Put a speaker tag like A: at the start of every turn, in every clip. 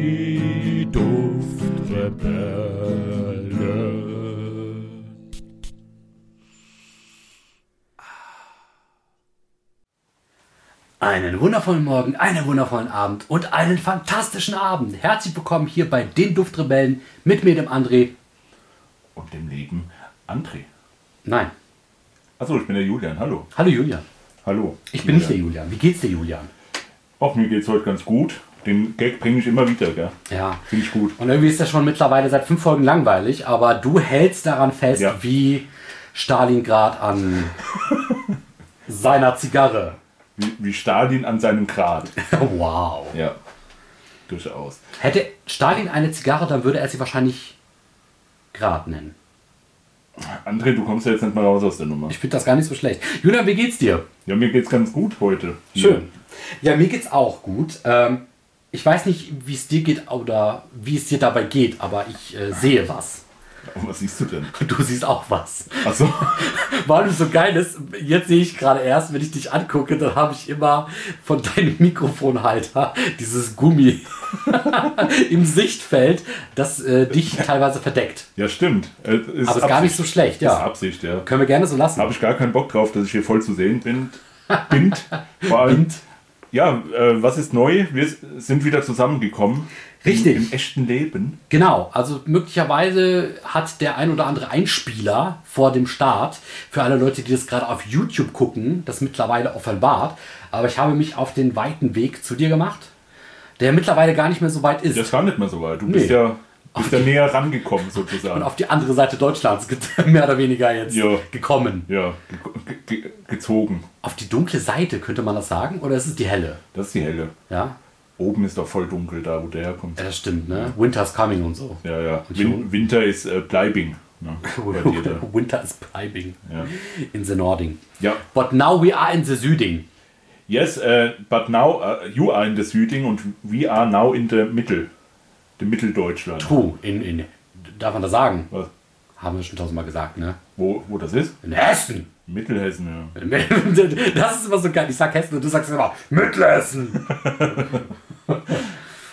A: Die Duftrebellen.
B: Einen wundervollen Morgen, einen wundervollen Abend und einen fantastischen Abend. Herzlich willkommen hier bei den Duftrebellen mit mir, dem André.
A: Und dem lieben André.
B: Nein.
A: Achso, ich bin der Julian. Hallo.
B: Hallo Julian.
A: Hallo.
B: Ich bin nicht der Julian. Wie geht's dir, Julian?
A: Auch mir geht's heute ganz gut. Den Gag bringe ich immer wieder, gell?
B: Ja.
A: Finde ich gut.
B: Und irgendwie ist das schon mittlerweile seit fünf Folgen langweilig, aber du hältst daran fest,
A: Ja.
B: wie Stalingrad an seiner Zigarre.
A: Wie, wie Stalin an seinem Grat.
B: Wow.
A: Ja. Durchaus.
B: Hätte Stalin eine Zigarre, dann würde er sie wahrscheinlich Grad nennen.
A: André, du kommst ja jetzt nicht mal raus aus der Nummer.
B: Ich finde das gar nicht so schlecht. Julian, wie geht's dir?
A: Ja, mir geht's ganz gut heute.
B: Schön. Ja, mir geht's auch gut. Ähm, ich weiß nicht, wie es dir geht oder wie es dir dabei geht, aber ich äh, sehe was.
A: Und was siehst du denn?
B: Du siehst auch was.
A: Achso.
B: Weil du so geil ist, jetzt sehe ich gerade erst, wenn ich dich angucke, dann habe ich immer von deinem Mikrofonhalter dieses Gummi im Sichtfeld, das äh, dich teilweise verdeckt.
A: Ja, stimmt. Äh, Ist
B: Aber ist gar nicht so schlecht,
A: Ja. Ist
B: ja.
A: Absicht, ja.
B: Können wir gerne so lassen.
A: habe ich gar keinen Bock drauf, dass ich hier voll zu sehen bin. Bind. Vor allem, Ja, äh, was ist neu? Wir s- sind wieder zusammengekommen.
B: Richtig.
A: Im, im echten Leben.
B: Genau, also möglicherweise hat der ein oder andere Einspieler vor dem Start, für alle Leute, die das gerade auf YouTube gucken, das mittlerweile offenbart, aber ich habe mich auf den weiten Weg zu dir gemacht, der mittlerweile gar nicht mehr so weit ist
A: Das ist gar nicht mehr so weit. Du bist
B: Nee.
A: ja, bist ja näher rangekommen sozusagen.
B: und auf die andere Seite Deutschlands ge- mehr oder weniger jetzt
A: Ja.
B: gekommen.
A: ja, ge ge gezogen.
B: Auf die dunkle Seite könnte man das sagen oder ist es die helle?
A: Das ist die helle.
B: Ja,
A: Oben ist doch voll dunkel da, wo der herkommt.
B: ja das stimmt, ne? Winter's coming und so.
A: Ja, ja.
B: Und
A: Win
B: schon-
A: Winter ist äh, Bleibing. Ne? Bei dir da.
B: Winter is bribing
A: Ja.
B: in the Nording.
A: Ja.
B: But now we are in the Süding.
A: Yes, äh, but now äh, you are in the Süding und we are now in the Mittel. The Mitteldeutschland.
B: True, in, in, darf man das sagen?
A: Was?
B: Haben wir schon tausendmal gesagt, ne?
A: Wo, wo das ist?
B: In Hessen!
A: Mittelhessen, ja.
B: Das ist immer so geil. Ich sag Hessen und du sagst immer Mittelhessen!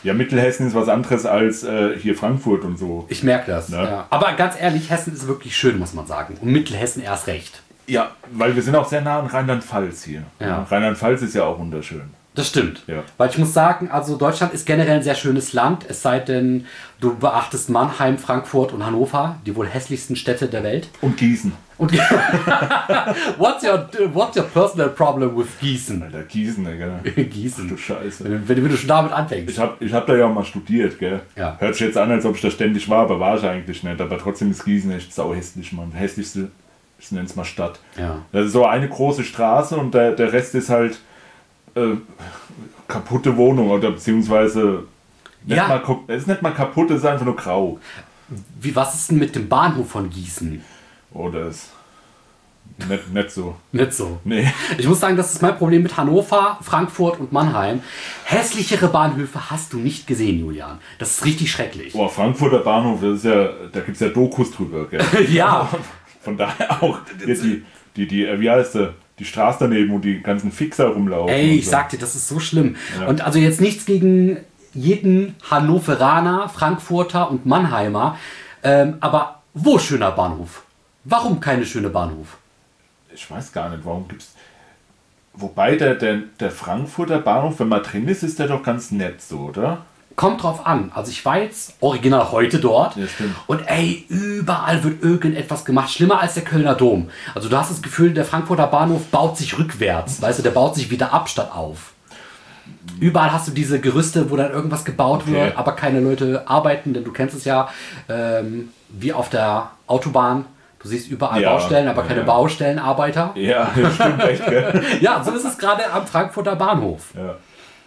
A: Ja, Mittelhessen ist was anderes als äh, hier Frankfurt und so.
B: Ich merke das.
A: Ne?
B: Ja. Aber ganz ehrlich, Hessen ist wirklich schön, muss man sagen. Und Mittelhessen erst recht.
A: Ja, weil wir sind auch sehr nah an Rheinland-Pfalz hier.
B: Ja.
A: Rheinland-Pfalz ist ja auch wunderschön.
B: Das stimmt.
A: Ja.
B: Weil ich muss sagen, also Deutschland ist generell ein sehr schönes Land, es sei denn, du beachtest Mannheim, Frankfurt und Hannover, die wohl hässlichsten Städte der Welt.
A: Und Gießen.
B: Und what's, your, what's your personal problem with Gießen?
A: Alter, Gießen, ey, gell?
B: Gießen.
A: Du Scheiße.
B: Wenn, wenn du schon damit anfängst.
A: Ich hab, ich hab da ja auch mal studiert, gell?
B: Ja.
A: Hört sich jetzt an, als ob ich da ständig war, aber war ich eigentlich nicht. Aber trotzdem ist Gießen echt sauhässlich, man. Hässlichste, ich nenn's mal Stadt.
B: Ja.
A: Das ist so eine große Straße und der, der Rest ist halt äh, kaputte Wohnung oder beziehungsweise. Nicht
B: Ja.
A: mal, kap- es ist nicht mal kaputt, es ist einfach nur grau.
B: Wie, was ist denn mit dem Bahnhof von Gießen?
A: Oder ist nicht, nicht so.
B: Nicht so.
A: Nee.
B: Ich muss sagen, das ist mein Problem mit Hannover, Frankfurt und Mannheim. Hässlichere Bahnhöfe hast du nicht gesehen, Julian. Das ist richtig schrecklich.
A: Boah, Oh, Frankfurter Bahnhof, das ist ja, da gibt es ja Dokus drüber, gell?
B: Ja,
A: Von daher auch hier die, die, die, äh, wie heißt der, die Straße daneben und die ganzen Fixer rumlaufen.
B: ey,
A: und
B: ich
A: so.
B: sag dir, das ist so schlimm. Und also jetzt nichts gegen jeden Hannoveraner, Frankfurter und Mannheimer. Ähm, aber wo schöner Bahnhof? Warum keine schöne Bahnhof?
A: Ich weiß gar nicht, warum gibt's. Wobei der, der, der Frankfurter Bahnhof, wenn man drin ist, ist der doch ganz nett so, oder?
B: Kommt drauf an. Also ich war jetzt original heute dort.
A: Ja, stimmt.
B: und ey, überall wird irgendetwas gemacht. Schlimmer als der Kölner Dom. Also du hast das Gefühl, der Frankfurter Bahnhof baut sich rückwärts. Weißt du, der baut sich wieder ab statt auf. Überall hast du diese Gerüste, wo dann irgendwas gebaut wird, aber keine Leute arbeiten, denn du kennst es ja ähm, wie auf der Autobahn. Du siehst überall
A: Ja,
B: Baustellen, aber keine
A: ja.
B: Baustellenarbeiter.
A: Ja, stimmt echt, gell?
B: Ja, so ist es gerade am Frankfurter Bahnhof.
A: Ja.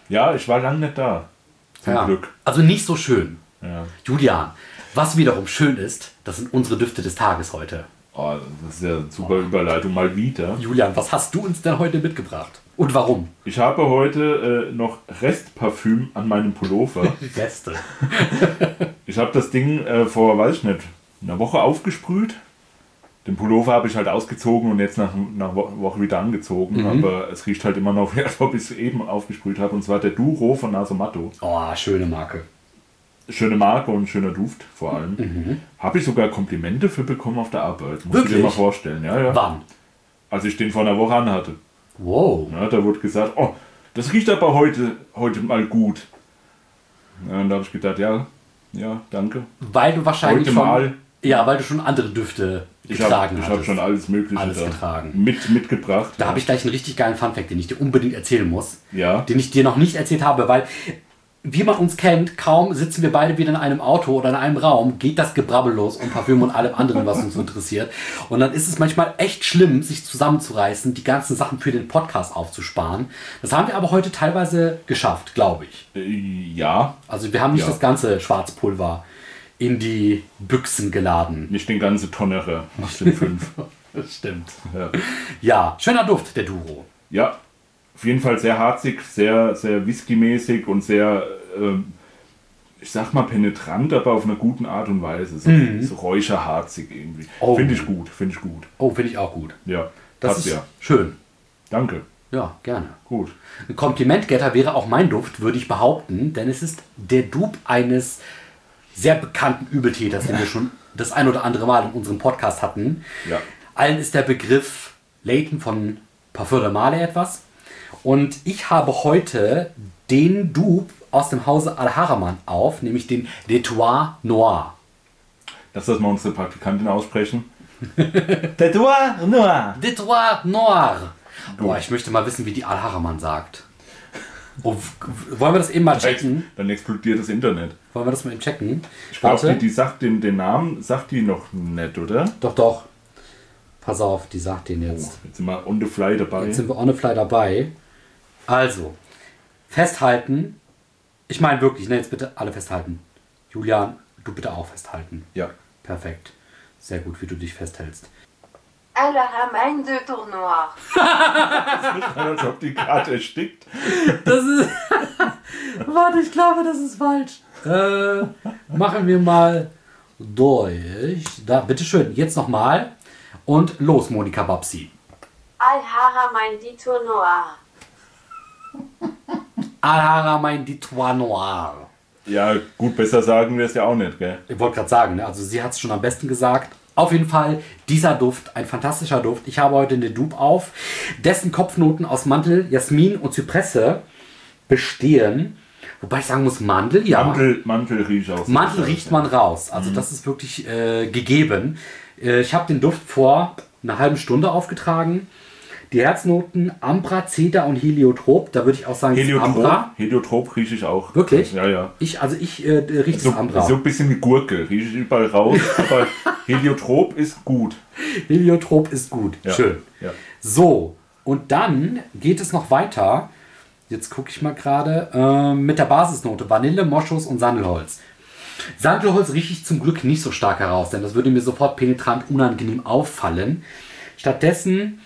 A: ja, ich war lange nicht da. Zum
B: Ja.
A: Glück.
B: Also nicht so schön.
A: Ja.
B: Julian, was wiederum schön ist, das sind unsere Düfte des Tages heute.
A: Oh, das ist ja eine super Überleitung, mal wieder.
B: Julian, was hast du uns denn heute mitgebracht? Und warum?
A: Ich habe heute äh, noch Restparfüm an meinem Pullover.
B: Reste.
A: Ich habe das Ding äh, vor, weiß ich nicht, einer Woche aufgesprüht. Den Pullover habe ich halt ausgezogen und jetzt nach einer Woche wieder angezogen, aber es riecht halt immer noch, als ob ich es eben aufgesprüht habe. Und zwar der Duro von Nasomatto.
B: Oh, schöne Marke.
A: Schöne Marke und schöner Duft vor allem. Habe ich sogar Komplimente für bekommen auf der Arbeit. Muss ich
B: Wirklich?
A: dir mal vorstellen. Ja, ja.
B: Wann?
A: Als ich den vor einer Woche anhatte.
B: Wow.
A: Ja, da wurde gesagt, oh, das riecht aber heute, heute mal gut. Ja, und da habe ich gedacht, ja, ja, danke.
B: Weil du wahrscheinlich
A: Heute
B: schon.
A: mal.
B: Ja, weil du schon andere Düfte
A: Ich habe
B: getragen hast.
A: hab schon alles Mögliche
B: Alles
A: da
B: getragen.
A: Mit, mitgebracht.
B: Da habe ich gleich einen richtig geilen Funfact, den ich dir unbedingt erzählen muss.
A: Ja.
B: Den ich dir noch nicht erzählt habe, weil, wie man uns kennt, kaum sitzen wir beide wieder in einem Auto oder in einem Raum, geht das Gebrabbel los um Parfüm und allem anderen, was uns interessiert. Und dann ist es manchmal echt schlimm, sich zusammenzureißen, die ganzen Sachen für den Podcast aufzusparen. Das haben wir aber heute teilweise geschafft, glaube ich.
A: Äh, ja,
B: Also wir haben nicht
A: Ja.
B: das ganze Schwarzpulver in die Büchsen geladen.
A: nicht den ganzen Tonnerer aus den fünf.
B: Das stimmt.
A: ja.
B: Ja, schöner Duft, der Duro.
A: ja, auf jeden Fall sehr harzig, sehr, sehr whiskymäßig und sehr, ähm, ich sag mal penetrant, aber auf einer guten Art und Weise. So, so räucherharzig irgendwie.
B: Mhm. Oh.
A: Finde ich gut, finde ich gut.
B: Oh, finde ich auch gut.
A: Ja,
B: Das
A: passt
B: ist
A: ja.
B: schön.
A: Danke,
B: Ja, gerne.
A: gut.
B: Ein Komplimentgetter wäre auch mein Duft, würde ich behaupten, denn es ist der Dupe eines sehr bekannten Übeltäters, den wir schon das ein oder andere Mal in unserem Podcast hatten.
A: Ja.
B: Allen ist der Begriff Leighton von Parfum de Male etwas. Und ich habe heute den Dupe aus dem Hause Al-Haraman auf, nämlich den L'Etoile Noir.
A: Lass das mal unsere Praktikantin aussprechen. Tatoua Noir.
B: L'Etoile Noir. Boah, ich möchte mal wissen, wie die Al-Haraman sagt. Oh, w- wollen wir das eben mal checken?
A: Dann explodiert das Internet.
B: Wollen wir das mal eben checken?
A: Ich glaube, die, die sagt den, den Namen, sagt die noch nicht, oder?
B: Doch, doch. Pass auf, die sagt den jetzt.
A: Jetzt sind wir on the fly dabei.
B: Jetzt sind wir on the fly dabei. Also, festhalten. Ich meine wirklich, ne, jetzt bitte alle festhalten. Julian, du bitte auch festhalten.
A: ja.
B: Perfekt. Sehr gut, wie du dich festhältst.
C: Alors, à main de tournoir.
A: Als ob die Karte erstickt.
B: Das ist. Warte, ich glaube, das ist falsch. Äh, machen wir mal durch. Da, bitteschön, jetzt nochmal. Und los, Monika Babsi.
C: Al-Hara main de tournoir.
B: Alhara mein Ditois Noir.
A: Ja, gut, besser sagen wir es ja auch nicht, gell?
B: Ich wollte gerade sagen, ne? also sie hat es schon am besten gesagt. Auf jeden Fall, dieser Duft, ein fantastischer Duft. Ich habe heute eine Dupe auf, dessen Kopfnoten aus Mantel, Jasmin und Zypresse bestehen. Wobei ich sagen muss, Mandel, ja. Mandel,
A: Mantel, Mantel riecht aus.
B: riecht man raus.
A: Mhm.
B: Also das ist wirklich äh, gegeben. Äh, ich habe den Duft vor einer halben Stunde aufgetragen. Die Herznoten Ambra, Cedar und Heliotrop. Da würde ich auch sagen, es ist Ambra.
A: Heliotrop, Heliotrop rieche ich auch.
B: Wirklich?
A: Ja, ja.
B: Ich, also ich äh, rieche
A: So,
B: das Ambra.
A: so ein bisschen wie Gurke, rieche ich überall raus, aber Heliotrop ist gut.
B: Heliotrop ist gut.
A: Ja,
B: Schön.
A: ja.
B: So, und dann geht es noch weiter. Jetzt gucke ich mal gerade. ähm, mit der Basisnote Vanille, Moschus und Sandelholz. Sandelholz rieche ich zum Glück nicht so stark heraus, denn das würde mir sofort penetrant unangenehm auffallen. Stattdessen,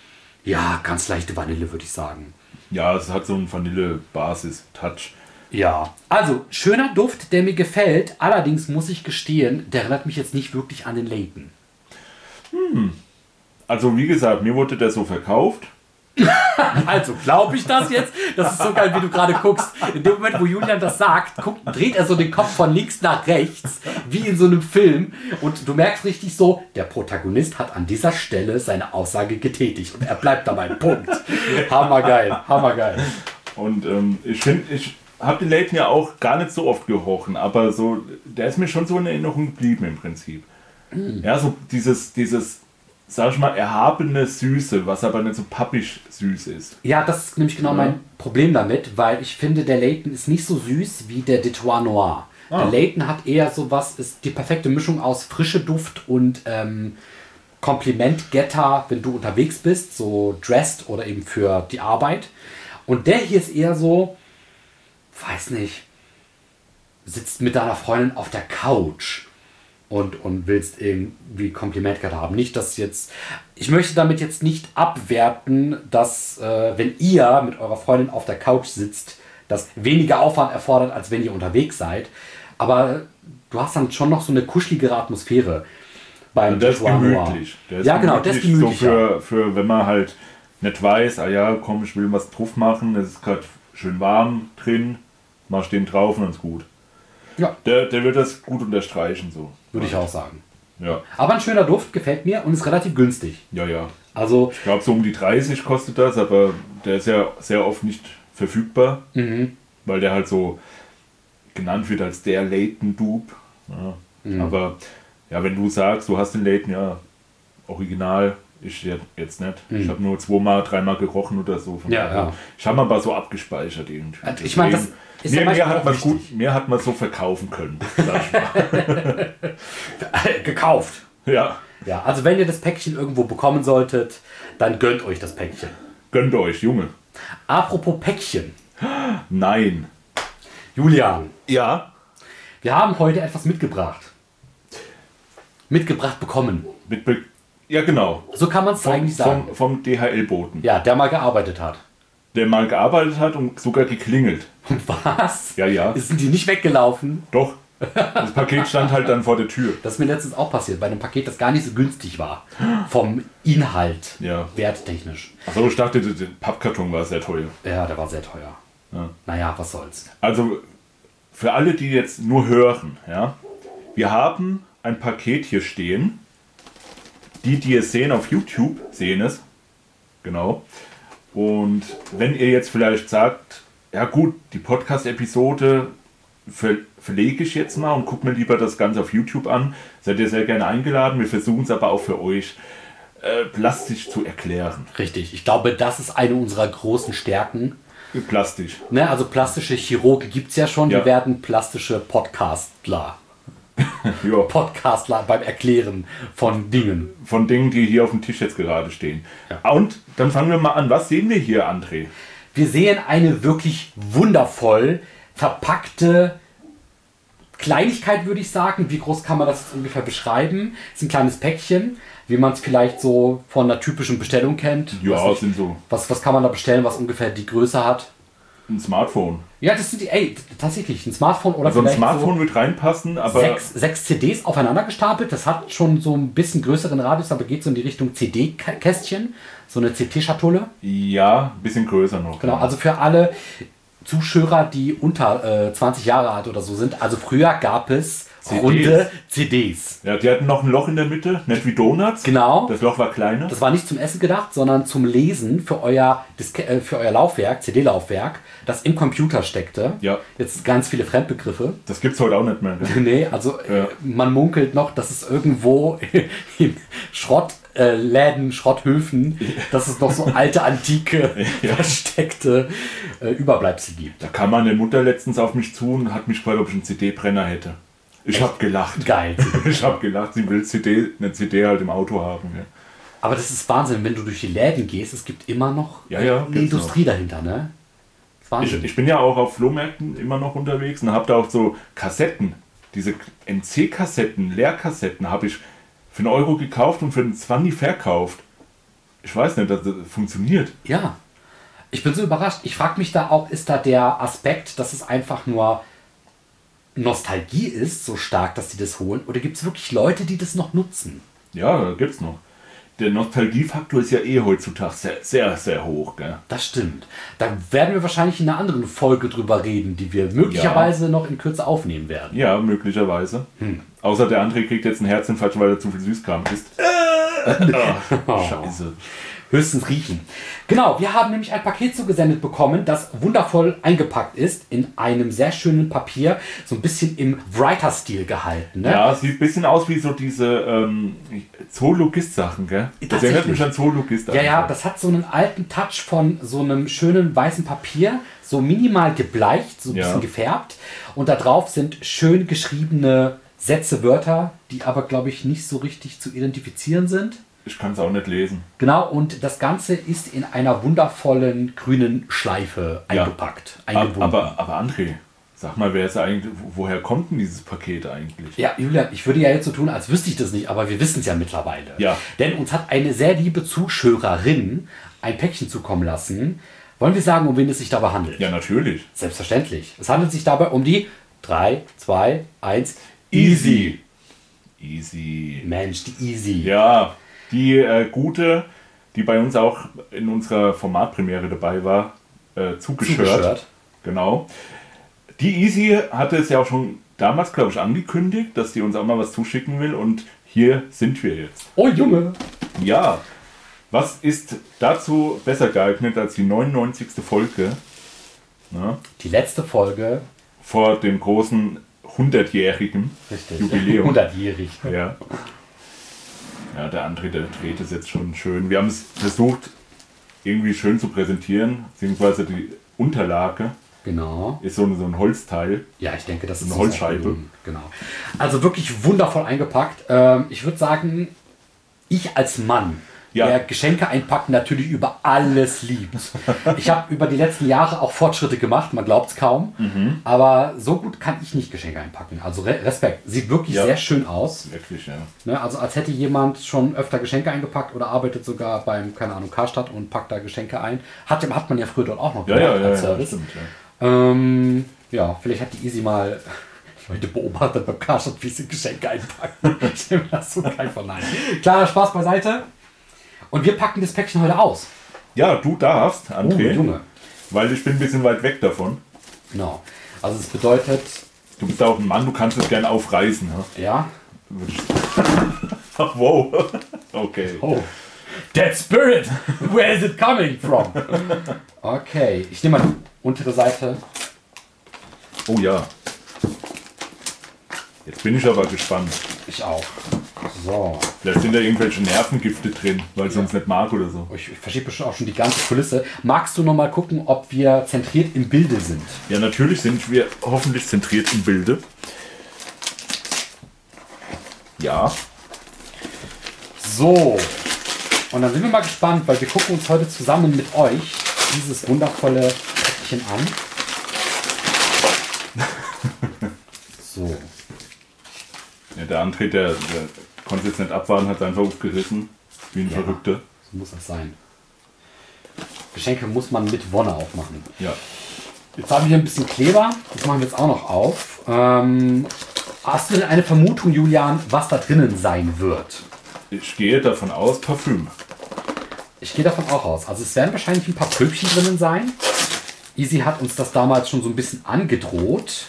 B: ja, ganz leichte Vanille, würde ich sagen.
A: Ja, es hat so einen Vanille-Basis-Touch.
B: Ja. Also, schöner Duft, der mir gefällt. Allerdings muss ich gestehen, der erinnert mich jetzt nicht wirklich an den Leighton.
A: Also wie gesagt, mir wurde der so verkauft.
B: Also glaube ich das jetzt? Das ist so geil, wie du gerade guckst. In dem Moment, wo Julian das sagt, guckt, dreht er so den Kopf von links nach rechts, wie in so einem Film. Und du merkst richtig so, der Protagonist hat an dieser Stelle seine Aussage getätigt und er bleibt dabei. Punkt. Hammergeil, hammergeil.
A: Und ähm, ich finde, ich habe den Leighton ja auch gar nicht so oft gerochen, aber so, der ist mir schon so in Erinnerung geblieben im Prinzip.
B: Mhm.
A: Ja, so dieses, dieses, sag ich mal, erhabene Süße, was aber nicht so pappig süß ist.
B: Ja, das ist nämlich genau mein Problem damit, weil ich finde, der Leighton ist nicht so süß wie der Detois Noir. Der Leighton hat eher sowas, ist die perfekte Mischung aus frische Duft und ähm, Komplimentgetter, wenn du unterwegs bist, so dressed oder eben für die Arbeit. Und der hier ist eher so, weiß nicht, sitzt mit deiner Freundin auf der Couch und, und willst irgendwie Komplimentgetter haben. Nicht, dass jetzt. Ich möchte damit jetzt nicht abwerten, dass, äh, wenn ihr mit eurer Freundin auf der Couch sitzt, das weniger Aufwand erfordert, als wenn ihr unterwegs seid. Aber du hast dann schon noch so eine kuscheligere Atmosphäre. beim
A: Der ist
B: Trottoir Noir.
A: gemütlich. Der
B: ja, genau, der ist gemütlich.
A: So für, für, wenn man halt nicht weiß, ah ja, komm, ich will was drauf machen, es ist gerade schön warm drin, mach den drauf und dann ist gut.
B: ja,
A: Der, der wird das gut unterstreichen, so.
B: würde ich auch sagen.
A: Ja,
B: Aber ein schöner Duft, gefällt mir und ist relativ günstig.
A: ja, ja.
B: Also,
A: Ich glaube, so um die 30 kostet das, aber der ist ja sehr oft nicht verfügbar,
B: Mhm.
A: weil der halt so genannt wird als der Leighton Dupe. Ja.
B: Mhm.
A: Aber ja, wenn du sagst, du hast den Leighton, ja, original, ich ja jetzt nicht. Ich habe nur zweimal, dreimal gerochen oder so. Von
B: Mhm. Ja,
A: daher.
B: ja.
A: Ich habe aber so abgespeichert irgendwie.
B: Also ich meine, das
A: Deswegen-
B: ist
A: mir,
B: ja
A: mir
B: manchmal auch
A: hat man
B: wichtig.
A: gut, mir hat man so verkaufen können. sag ich mal.
B: gekauft.
A: ja,
B: Ja, also wenn ihr das Päckchen irgendwo bekommen solltet, dann gönnt euch das Päckchen.
A: gönnt euch, Junge.
B: Apropos Päckchen,
A: Nein.
B: Julian,
A: Ja.
B: wir haben heute etwas mitgebracht. Mitgebracht bekommen.
A: Mit Be ja, genau.
B: So kann man es eigentlich sagen.
A: Vom, vom DHL-Boten,
B: Ja, der mal gearbeitet hat.
A: der mal gearbeitet hat und sogar geklingelt.
B: Was?
A: Ja, ja.
B: Sind die nicht weggelaufen?
A: Doch, das Paket stand halt dann vor der Tür.
B: Das ist mir letztens auch passiert, bei einem Paket, das gar nicht so günstig war. Vom Inhalt.
A: Ja.
B: Werttechnisch.
A: Achso, ich dachte, der der Pappkarton war sehr teuer.
B: Ja, der war sehr teuer.
A: Ja.
B: Naja, was soll's.
A: Also, für alle, die jetzt nur hören, ja, wir haben ein Paket hier stehen. Die, die es sehen auf YouTube, sehen es. Genau. Und wenn ihr jetzt vielleicht sagt, ja gut, die Podcast-Episode ver verlege ich jetzt mal und guck mir lieber das Ganze auf YouTube an, seid ihr sehr gerne eingeladen. Wir versuchen es aber auch für euch äh, plastisch zu erklären.
B: Richtig. Ich glaube, das ist eine unserer großen Stärken.
A: Plastisch.
B: Ne, also plastische Chirurgen gibt es ja schon,
A: Ja.
B: die werden plastische Podcastler.
A: Ja.
B: Podcastler beim Erklären von Dingen.
A: von Dingen, die hier auf dem Tisch jetzt gerade stehen. Und dann fangen wir mal an. Was sehen wir hier, André?
B: Wir sehen eine wirklich wundervoll verpackte Kleinigkeit, würde ich sagen. Wie groß kann man das jetzt ungefähr beschreiben? Ist ein kleines Päckchen, wie man es vielleicht so von einer typischen Bestellung kennt.
A: Ja,
B: Weiß nicht,
A: sind so
B: was, was kann man da bestellen, was ungefähr die Größe hat?
A: ein Smartphone.
B: Ja, das sind die, ey, t- tatsächlich, ein Smartphone oder
A: Also ein
B: vielleicht
A: Smartphone wird reinpassen,
B: so
A: aber
B: sechs, sechs CDs aufeinander gestapelt. Das hat schon so ein bisschen größeren Radius, aber geht so in die Richtung CD-Kästchen, so eine CT-Schatulle.
A: ja, ein bisschen größer noch.
B: Genau, also für alle Zuschauer, die unter äh, 20 Jahre alt oder so sind, also früher gab es
A: CDs.
B: runde CDs.
A: Ja, die hatten noch ein Loch in der Mitte, nicht wie Donuts.
B: Genau.
A: Das Loch war kleiner.
B: Das war nicht zum Essen gedacht, sondern zum Lesen für euer, Diske äh, für euer Laufwerk, CD-Laufwerk, das im Computer steckte.
A: Ja.
B: Jetzt ganz viele Fremdbegriffe.
A: Das gibt's heute auch nicht mehr. gell?
B: Nee, also
A: Ja.
B: äh, man munkelt noch, dass es irgendwo in Schrottläden, Schrotthöfen, dass es noch so alte, antike, versteckte äh, Überbleibsel gibt.
A: Da kam meine Mutter letztens auf mich zu und hat mich gefragt, ob ich einen CD-Brenner hätte. Ich hab gelacht.
B: Geil.
A: Ich hab gelacht, sie will CD, eine CD halt im Auto haben. gell?
B: Aber das ist Wahnsinn, wenn du durch die Läden gehst, es gibt immer noch
A: Ja, ja,
B: eine
A: gibt's
B: Industrie dahinter, ne? Das ist
A: Ich,
B: Wahnsinn.
A: ich bin ja auch auf Flohmärkten immer noch unterwegs und habe da auch so Kassetten, diese NC-Kassetten, Leerkassetten, habe ich für einen Euro gekauft und für einen 20 verkauft. Ich weiß nicht, dass das funktioniert.
B: ja. Ich bin so überrascht. Ich frage mich da auch, ist da der Aspekt, dass es einfach nur Nostalgie ist, so stark, dass die das holen? Oder gibt es wirklich Leute, die das noch nutzen?
A: Ja, gibt's noch. Der Nostalgiefaktor ist ja eh heutzutage sehr, sehr, sehr hoch. Gell?
B: Das stimmt. Da werden wir wahrscheinlich in einer anderen Folge drüber reden, die wir möglicherweise noch in Kürze aufnehmen werden.
A: Ja, möglicherweise. Außer der André kriegt jetzt einen Herzinfarkt, weil er zu viel Süßkram isst. Äh, ah, Scheiße.
B: Höchstens riechen. Genau, wir haben nämlich ein Paket zugesendet bekommen, das wundervoll eingepackt ist in einem sehr schönen Papier, so ein bisschen im Writer-Stil gehalten. Ne?
A: Ja, sieht ein bisschen aus wie so diese ähm, Zoologist-Sachen, gell? Das erinnert mich an Zoologist.
B: Äh, Ja, ja,
A: einfach.
B: das hat so einen alten Touch von so einem schönen weißen Papier, so minimal gebleicht, so ein
A: Ja.
B: bisschen gefärbt. Und da drauf sind schön geschriebene Sätze, Wörter, die aber, glaube ich, nicht so richtig zu identifizieren sind.
A: Ich kann es auch nicht lesen.
B: Genau, und das Ganze ist in einer wundervollen grünen Schleife
A: Ja.
B: eingepackt,
A: Ab-
B: eingebunden.
A: Aber, aber André, sag mal, wer ist eigentlich, wo- woher kommt denn dieses Paket eigentlich?
B: ja, Julian, ich würde ja jetzt so tun, als wüsste ich das nicht, aber wir wissen es ja mittlerweile.
A: Ja.
B: Denn uns hat eine sehr liebe Zuschörerin ein Päckchen zukommen lassen. Wollen wir sagen, um wen es sich dabei handelt?
A: Ja, natürlich.
B: Selbstverständlich. Es handelt sich dabei um die 3, 2, 1,
A: Easy.
B: Mensch, die Easy.
A: Ja, die äh, gute, die bei uns auch in unserer Formatpremiere dabei war, äh, zugeschört.
B: Zugeschört.
A: Genau. Die Easy hatte es ja auch schon damals, glaube ich, angekündigt, dass die uns auch mal was zuschicken will und hier sind wir jetzt.
B: Oh Junge.
A: Ja, was ist dazu besser geeignet als die 99. Folge ne,
B: Die letzte Folge.
A: vor dem großen 100-jährigen
B: Richtig.
A: Jubiläum?
B: 100-jährig.
A: Ja. Ja, der André, der dreht es jetzt schon schön. Wir haben es versucht, irgendwie schön zu präsentieren, beziehungsweise die Unterlage
B: Genau.
A: ist so ein, so ein Holzteil.
B: Ja, ich denke, das ist
A: Eine
B: uns
A: Holzscheibe.
B: auch gelungen. Genau. Also wirklich wundervoll eingepackt. Ähm, ich würde sagen, ich als Mann,
A: Ja.
B: der Geschenke einpackt, natürlich über alles liebt. Ich habe über die letzten Jahre auch Fortschritte gemacht, man glaubt es kaum.
A: Mhm.
B: Aber so gut kann ich nicht Geschenke einpacken. Also Re Respekt. Sieht wirklich
A: Ja.
B: sehr schön aus.
A: Wirklich, ja.
B: Ne, also als hätte jemand schon öfter Geschenke eingepackt oder arbeitet sogar beim, keine Ahnung, Karstadt und packt da Geschenke ein. Hat, hat man ja früher dort auch noch
A: Ja, ja, ja,
B: als
A: ja,
B: Service.
A: stimmt. Ja.
B: Ähm, ja, vielleicht hat die Easy mal Leute beobachtet beim Karstadt, wie sie Geschenke einpacken. ich nehme das so kein von nein. Klarer Spaß beiseite. Und wir packen das Päckchen heute aus.
A: ja, du darfst,
B: Oh,
A: André,
B: Junge.
A: weil ich bin ein bisschen weit weg davon.
B: Genau. Also es bedeutet,
A: Du bist auch ein Mann, du kannst es gerne aufreißen. Ja?
B: ja.
A: Würde ich- Ach, wow. Okay.
B: Oh. Dead Spirit! Where is it coming from? Okay, ich nehme mal die untere Seite.
A: Oh ja. Jetzt bin ich aber gespannt.
B: Ich auch. So.
A: Vielleicht sind da irgendwelche Nervengifte drin, weil ich sonst nicht mag oder so.
B: Ich, ich verschiebe schon auch schon die ganze Kulisse. Magst du nochmal gucken, ob wir zentriert im Bilde sind?
A: Ja, natürlich sind wir hoffentlich zentriert im Bilde. Ja.
B: So. Und dann sind wir mal gespannt, weil wir gucken uns heute zusammen mit euch dieses wundervolle Päckchen an. So.
A: ja der André, der, der konnte jetzt nicht abwarten, hat einfach aufgerissen. Wie ein
B: Ja.
A: Verrückter.
B: So muss das sein. Geschenke muss man mit Wonne aufmachen.
A: Ja.
B: Jetzt habe ich hier ein bisschen Kleber. Das machen wir jetzt auch noch auf. Ähm, hast du denn eine Vermutung, Julian, was da drinnen sein wird?
A: Ich gehe davon aus, Parfüm.
B: Ich gehe davon auch aus. Also es werden wahrscheinlich ein paar Pöbchen drinnen sein. Easy hat uns das damals schon so ein bisschen angedroht.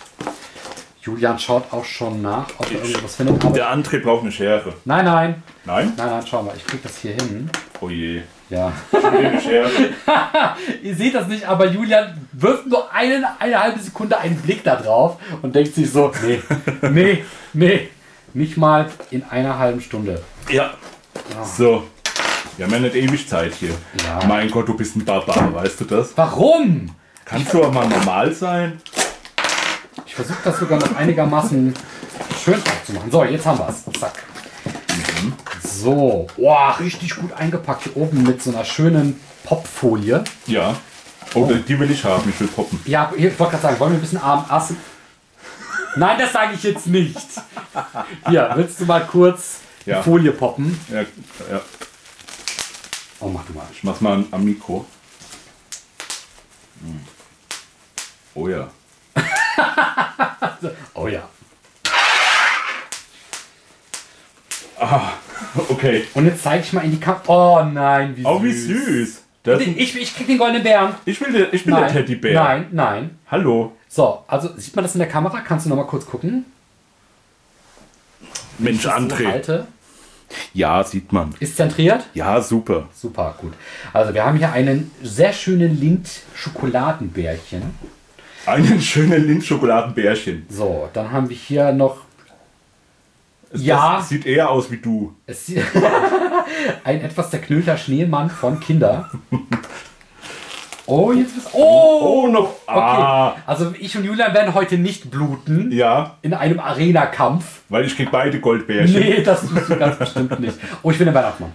B: Julian schaut auch schon nach, ob er irgendwas findet. Aber
A: Der André braucht eine Schere.
B: nein, nein.
A: Nein?
B: Nein, nein, schau mal. Ich krieg das hier hin.
A: Oh je.
B: Ja.
A: Eine Schere.
B: Ihr seht das nicht, aber Julian wirft nur einen, eine halbe Sekunde einen Blick da drauf und denkt sich so, nee, nee, nee. Nicht mal in einer halben Stunde.
A: Ja. So. Wir haben ja nicht ewig Zeit hier.
B: Ja.
A: Mein Gott, du bist ein Barbar, weißt du das?
B: Warum?
A: Kannst du auch mal normal sein?
B: Ich versuche das sogar noch einigermaßen schön aufzumachen. So, jetzt haben wir es. Zack. So, boah, richtig gut eingepackt hier oben mit so einer schönen Popfolie.
A: Ja. Oh, die will ich haben. Ich will poppen.
B: Ja, hier, ich wollte gerade sagen, wollen wir ein bisschen arm assen? Nein, das sage ich jetzt nicht. Hier, willst du mal kurz die
A: Ja.
B: Folie poppen?
A: Ja, ja.
B: Oh, mach du mal.
A: Ich mach's mal am Mikro. Hm. Oh ja.
B: Oh ja.
A: Okay.
B: Und jetzt zeige ich mal in die Kamera. Oh nein, wie süß.
A: Oh, wie süß. Das ist ein,
B: Ich, ich krieg den goldenen Bären.
A: ich will der, ich bin der Teddybär.
B: Nein, nein.
A: Hallo.
B: So, also sieht man das in der Kamera? Kannst du noch mal kurz gucken?
A: Mensch,
B: So
A: André.
B: alte.
A: Ja, sieht man.
B: Ist zentriert?
A: Ja, super.
B: Super, gut. Also wir haben hier einen sehr schönen Lind-Schokoladenbärchen.
A: Einen schönen Lindt-Schokoladenbärchen.
B: So, dann haben wir hier noch... Ja,
A: Das sieht eher aus wie du.
B: es sieht ein etwas zerknüllter Schneemann von Kinder. Oh, jetzt ist... Oh!
A: Oh, noch. Ah.
B: Okay, also ich und Julian werden heute nicht bluten
A: Ja,
B: in einem Arena-Kampf.
A: weil ich krieg beide Goldbärchen.
B: Nee, das tust du ganz bestimmt nicht. Oh, ich bin der Weihnachtsmann.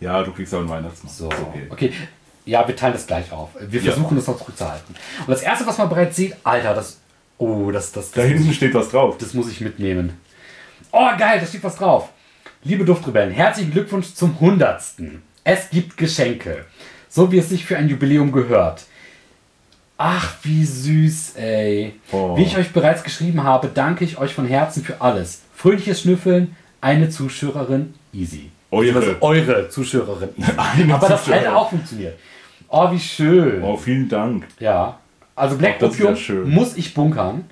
A: Ja, du kriegst auch einen Weihnachtsmann.
B: So,
A: Ist
B: okay. Ja, wir teilen das gleich auf. Wir
A: Ja.
B: versuchen das noch gut zu halten. Und das erste, was man bereits sieht, Alter, das. Oh, das, das,
A: Da
B: das,
A: hinten steht was drauf.
B: das muss ich mitnehmen. Oh, geil, da steht was drauf. Liebe Duftrebellen, herzlichen Glückwunsch zum 100. Es gibt Geschenke. So wie es sich für ein Jubiläum gehört. Ach, wie süß, ey.
A: Oh.
B: Wie ich euch bereits geschrieben habe, danke ich euch von Herzen für alles. Fröhliches Schnüffeln, eine Zuschauerin easy.
A: Eure.
B: Beziehungsweise eure Zuschauerin easy.
A: Eine
B: Aber das
A: Zuschauerin.
B: hätte auch funktioniert. Oh, wie schön.
A: Oh, vielen Dank.
B: Ja. Also
A: Ach,
B: Black
A: das ist ja
B: Opium
A: schön.
B: muss ich bunkern.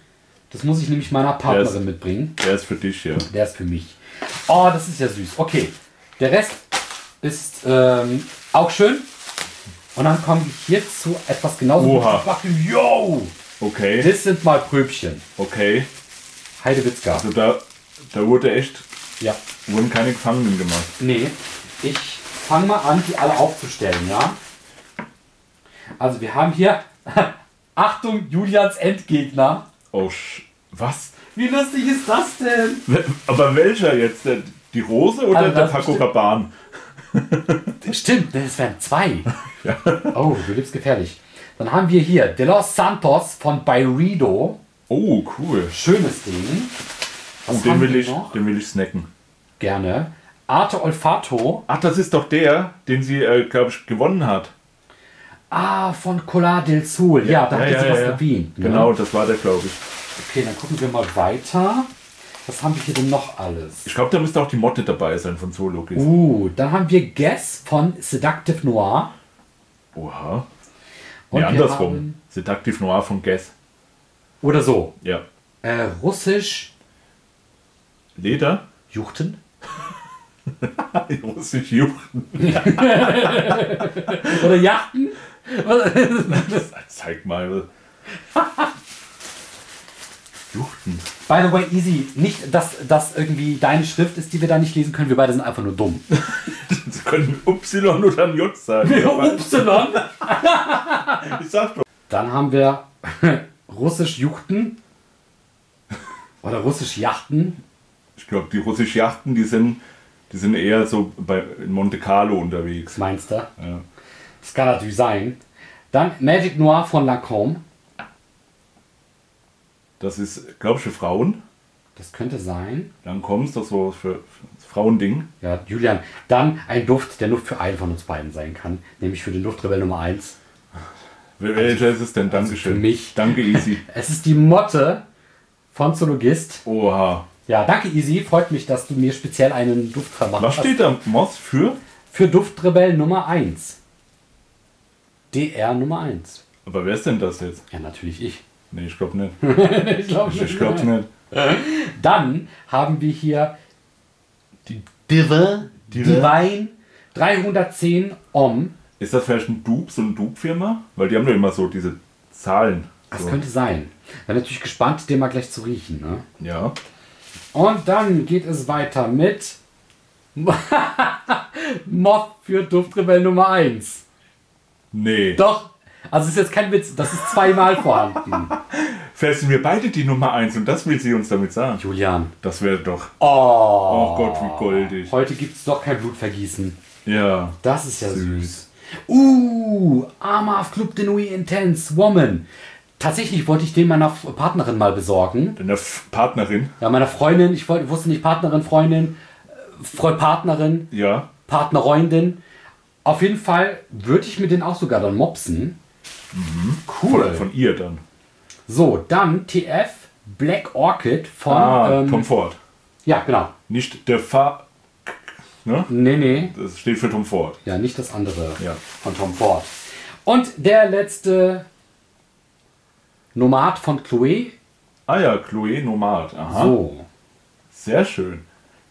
B: Das muss ich nämlich meiner
A: Der
B: Partnerin
A: ist-
B: mitbringen.
A: Der ist für dich, ja.
B: Der ist für mich. Oh, das ist ja süß. Okay. Der Rest ist ähm, auch schön. Und dann kommen wir hier zu etwas genauso
A: Oha.
B: Backen. Yo!
A: Okay,
B: Das sind mal Pröbchen.
A: okay.
B: Heidewitzka.
A: Also da, da wurde echt,
B: Ja.
A: wurden keine Gefangenen gemacht.
B: Nee, ich fange mal an, die alle aufzustellen, ja? Also wir haben hier, Achtung, Julians Endgegner.
A: Oh, sch was?
B: Wie lustig ist das denn?
A: We- Aber welcher jetzt? Der- Die Rose oder
B: Also
A: der
B: das
A: Paco
B: bestimmt-
A: Rabanne?
B: Stimmt, das wären zwei. Oh, du lebst gefährlich. Dann haben wir hier De Los Santos von Byredo.
A: Oh, cool.
B: Schönes Ding. Was
A: Oh, den
B: haben
A: will
B: wir
A: ich,
B: noch?
A: den will ich snacken.
B: Gerne. Arte Olfato.
A: Ach, das ist doch der, den sie, äh, glaube ich, gewonnen hat.
B: Ah, von Colar del Sol. Ja, da hat sie was bedient. ne?
A: Genau, das war der, glaube ich.
B: Okay, dann gucken wir mal weiter. Was haben wir hier denn noch alles?
A: Ich glaube, da müsste auch die Motte dabei sein von Zoologis.
B: Uh, dann haben wir Guess von Seductive Noir.
A: Oha.
B: Uh.
A: Nee,
B: Und wir
A: andersrum.
B: haben-
A: Seductive Noir von Guess.
B: Oder so.
A: Ja.
B: Äh, Russisch
A: Leder?
B: Juchten?
A: Russisch Juchten.
B: Oder Yachten?
A: Zeig mal. Juchten.
B: By the way, easy. Nicht, dass das irgendwie deine Schrift ist, die wir da nicht lesen können. Wir beide sind einfach nur dumm.
A: Das können ein Y oder ein J sein. Aber
B: Y.
A: ich sag doch.
B: Dann haben wir Russisch Juchten. Oder Russisch Yachten.
A: Ich glaube, die russischen Yachten, die sind, die sind eher so bei in Monte Carlo unterwegs.
B: Meinst du?
A: Ja.
B: Das kann natürlich sein. Dann Magic Noir von Lacombe.
A: Das ist, glaube ich, für Frauen.
B: Das könnte sein.
A: Dann kommst du so für, für das Frauending.
B: Ja, Julian. Dann ein Duft, der nur für einen von uns beiden sein kann. Nämlich für den Duftrebell Nummer 1.
A: Wel- Welcher ist es denn?
B: Also, für
A: Dankeschön.
B: mich.
A: Danke, Easy.
B: Es ist die Motte von Zoologist.
A: Oha.
B: Ja, danke Easy. Freut mich, dass du mir speziell einen Duft vermacht
A: Was
B: hast.
A: steht da? Moss für?
B: Für Duftrebell Nummer 1. DR Nummer 1.
A: Aber wer ist denn das jetzt?
B: Ja, natürlich ich.
A: Nee, ich glaube nicht.
B: Ich glaube
A: Ich, ich glaube nicht.
B: Dann haben wir hier die Dive,
A: Dive.
B: Divine 310 Om.
A: Ist das vielleicht ein Dupe, so eine Dupe-Firma? Weil die haben doch immer so diese Zahlen.
B: Das
A: so.
B: könnte sein. Bin natürlich gespannt, den mal gleich zu riechen. Ne?
A: Ja.
B: Und dann geht es weiter mit Moth für Duftrebell Nummer 1.
A: Nee.
B: Doch, also ist jetzt kein Witz, das ist zweimal vorhanden.
A: Vielleicht sind wir beide die Nummer 1 und das will sie uns damit sagen.
B: Julian,
A: Das wäre doch.
B: oh,
A: Oh Gott, wie goldig.
B: heute gibt es doch kein Blutvergießen.
A: Ja.
B: Das ist ja süß.
A: Süß.
B: Uh, Arma Club de Nuit Intense Woman. Tatsächlich wollte ich den meiner F- Partnerin mal besorgen.
A: Deine F- Partnerin?
B: Ja, meiner Freundin, ich wollte, wusste nicht Partnerin, Freundin, äh, Freund, Partnerin,
A: Ja.
B: Partnereundin. Auf jeden Fall würde ich mir den auch sogar dann mopsen. Cool.
A: Mhm. Von ihr dann.
B: So, dann TF Black Orchid von.
A: Ah,
B: ähm,
A: Tom Ford.
B: ja, genau.
A: Nicht der Fa. Ne?
B: Nee, nee.
A: Das steht für Tom Ford.
B: Ja, nicht das andere
A: Ja.
B: von Tom Ford. Und der letzte Nomad von Chloe.
A: Ah ja, Chloe Nomad. Aha.
B: So.
A: Sehr schön.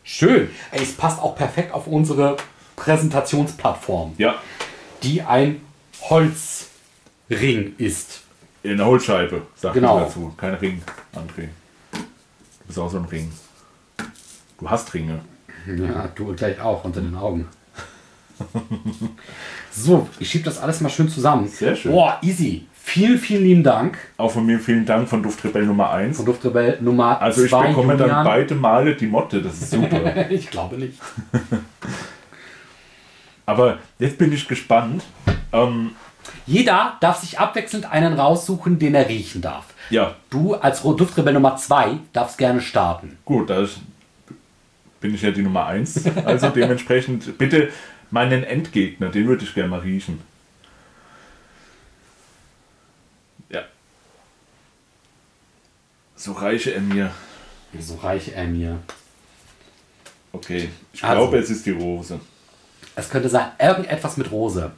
B: Schön. Ey, es passt auch perfekt auf unsere Präsentationsplattform,
A: Ja.
B: die ein Holzring ist.
A: In der Holzscheibe, sagt
B: Genau.
A: ich dazu. Kein Ring, André. Du bist auch so ein Ring. Du hast Ringe.
B: Ja, du gleich auch unter den Augen. So, ich schiebe das alles mal schön zusammen.
A: Sehr schön.
B: Boah, easy. Vielen, vielen lieben Dank
A: Auch von mir vielen Dank von Duftrebell Nummer 1.
B: von Duftrebell Nummer 2.
A: Also ich bekomme dann beide Male die Motte, das ist super.
B: Ich glaube nicht.
A: Aber jetzt bin ich gespannt. Ähm,
B: Jeder darf sich abwechselnd einen raussuchen, den er riechen darf.
A: ja,
B: Du als Ro- Duftrebell Nummer 2 darfst gerne starten.
A: gut, da ist- bin ich ja die Nummer 1. Also dementsprechend bitte meinen Endgegner, den würde ich gerne mal riechen. Ja. So reiche er mir.
B: So reich er mir.
A: Okay, ich
B: Also.
A: glaube, es ist die Rose.
B: Es könnte sein, irgendetwas mit Rose.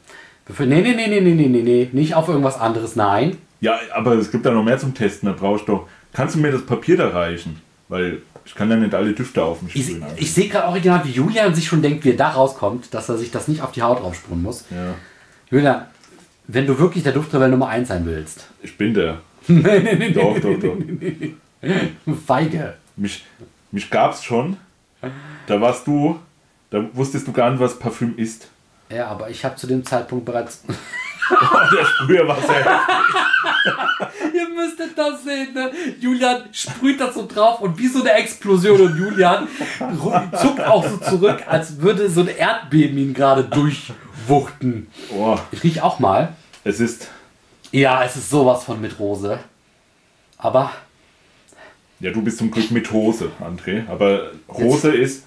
B: Bevor, nee, nee, nee, nee, nee, nee, nee, nee, nicht auf irgendwas anderes, nein.
A: Ja, aber es gibt da noch mehr zum Testen. Da brauchst du. Kannst du mir das Papier da reichen? Weil ich kann ja nicht alle Düfte auf mich
B: Ich,
A: sprühen.
B: ich sehe gerade original, wie Julian sich schon denkt, wie er da rauskommt, dass er sich das nicht auf die Haut draufsprühen muss.
A: ja,
B: Julian, wenn du wirklich der Duftrebell Nummer 1 sein willst,
A: ich bin der. doch, doch, doch.
B: feige.
A: Mich, mich gab's schon. Da warst du. Da wusstest du gar nicht, was Parfüm ist.
B: Ja, aber ich habe zu dem Zeitpunkt bereits.
A: Früher war es ja.
B: Ihr müsstet das sehen, ne? Julian sprüht das so drauf und wie so eine Explosion und Julian ru- zuckt auch so zurück, als würde so ein Erdbeben ihn gerade durchwuchten.
A: Oh,
B: Ich riech auch mal.
A: es ist.
B: Ja, es ist sowas von mit Rose. Aber
A: Ja, du bist zum Glück mit Hose, André. Aber Hose ist.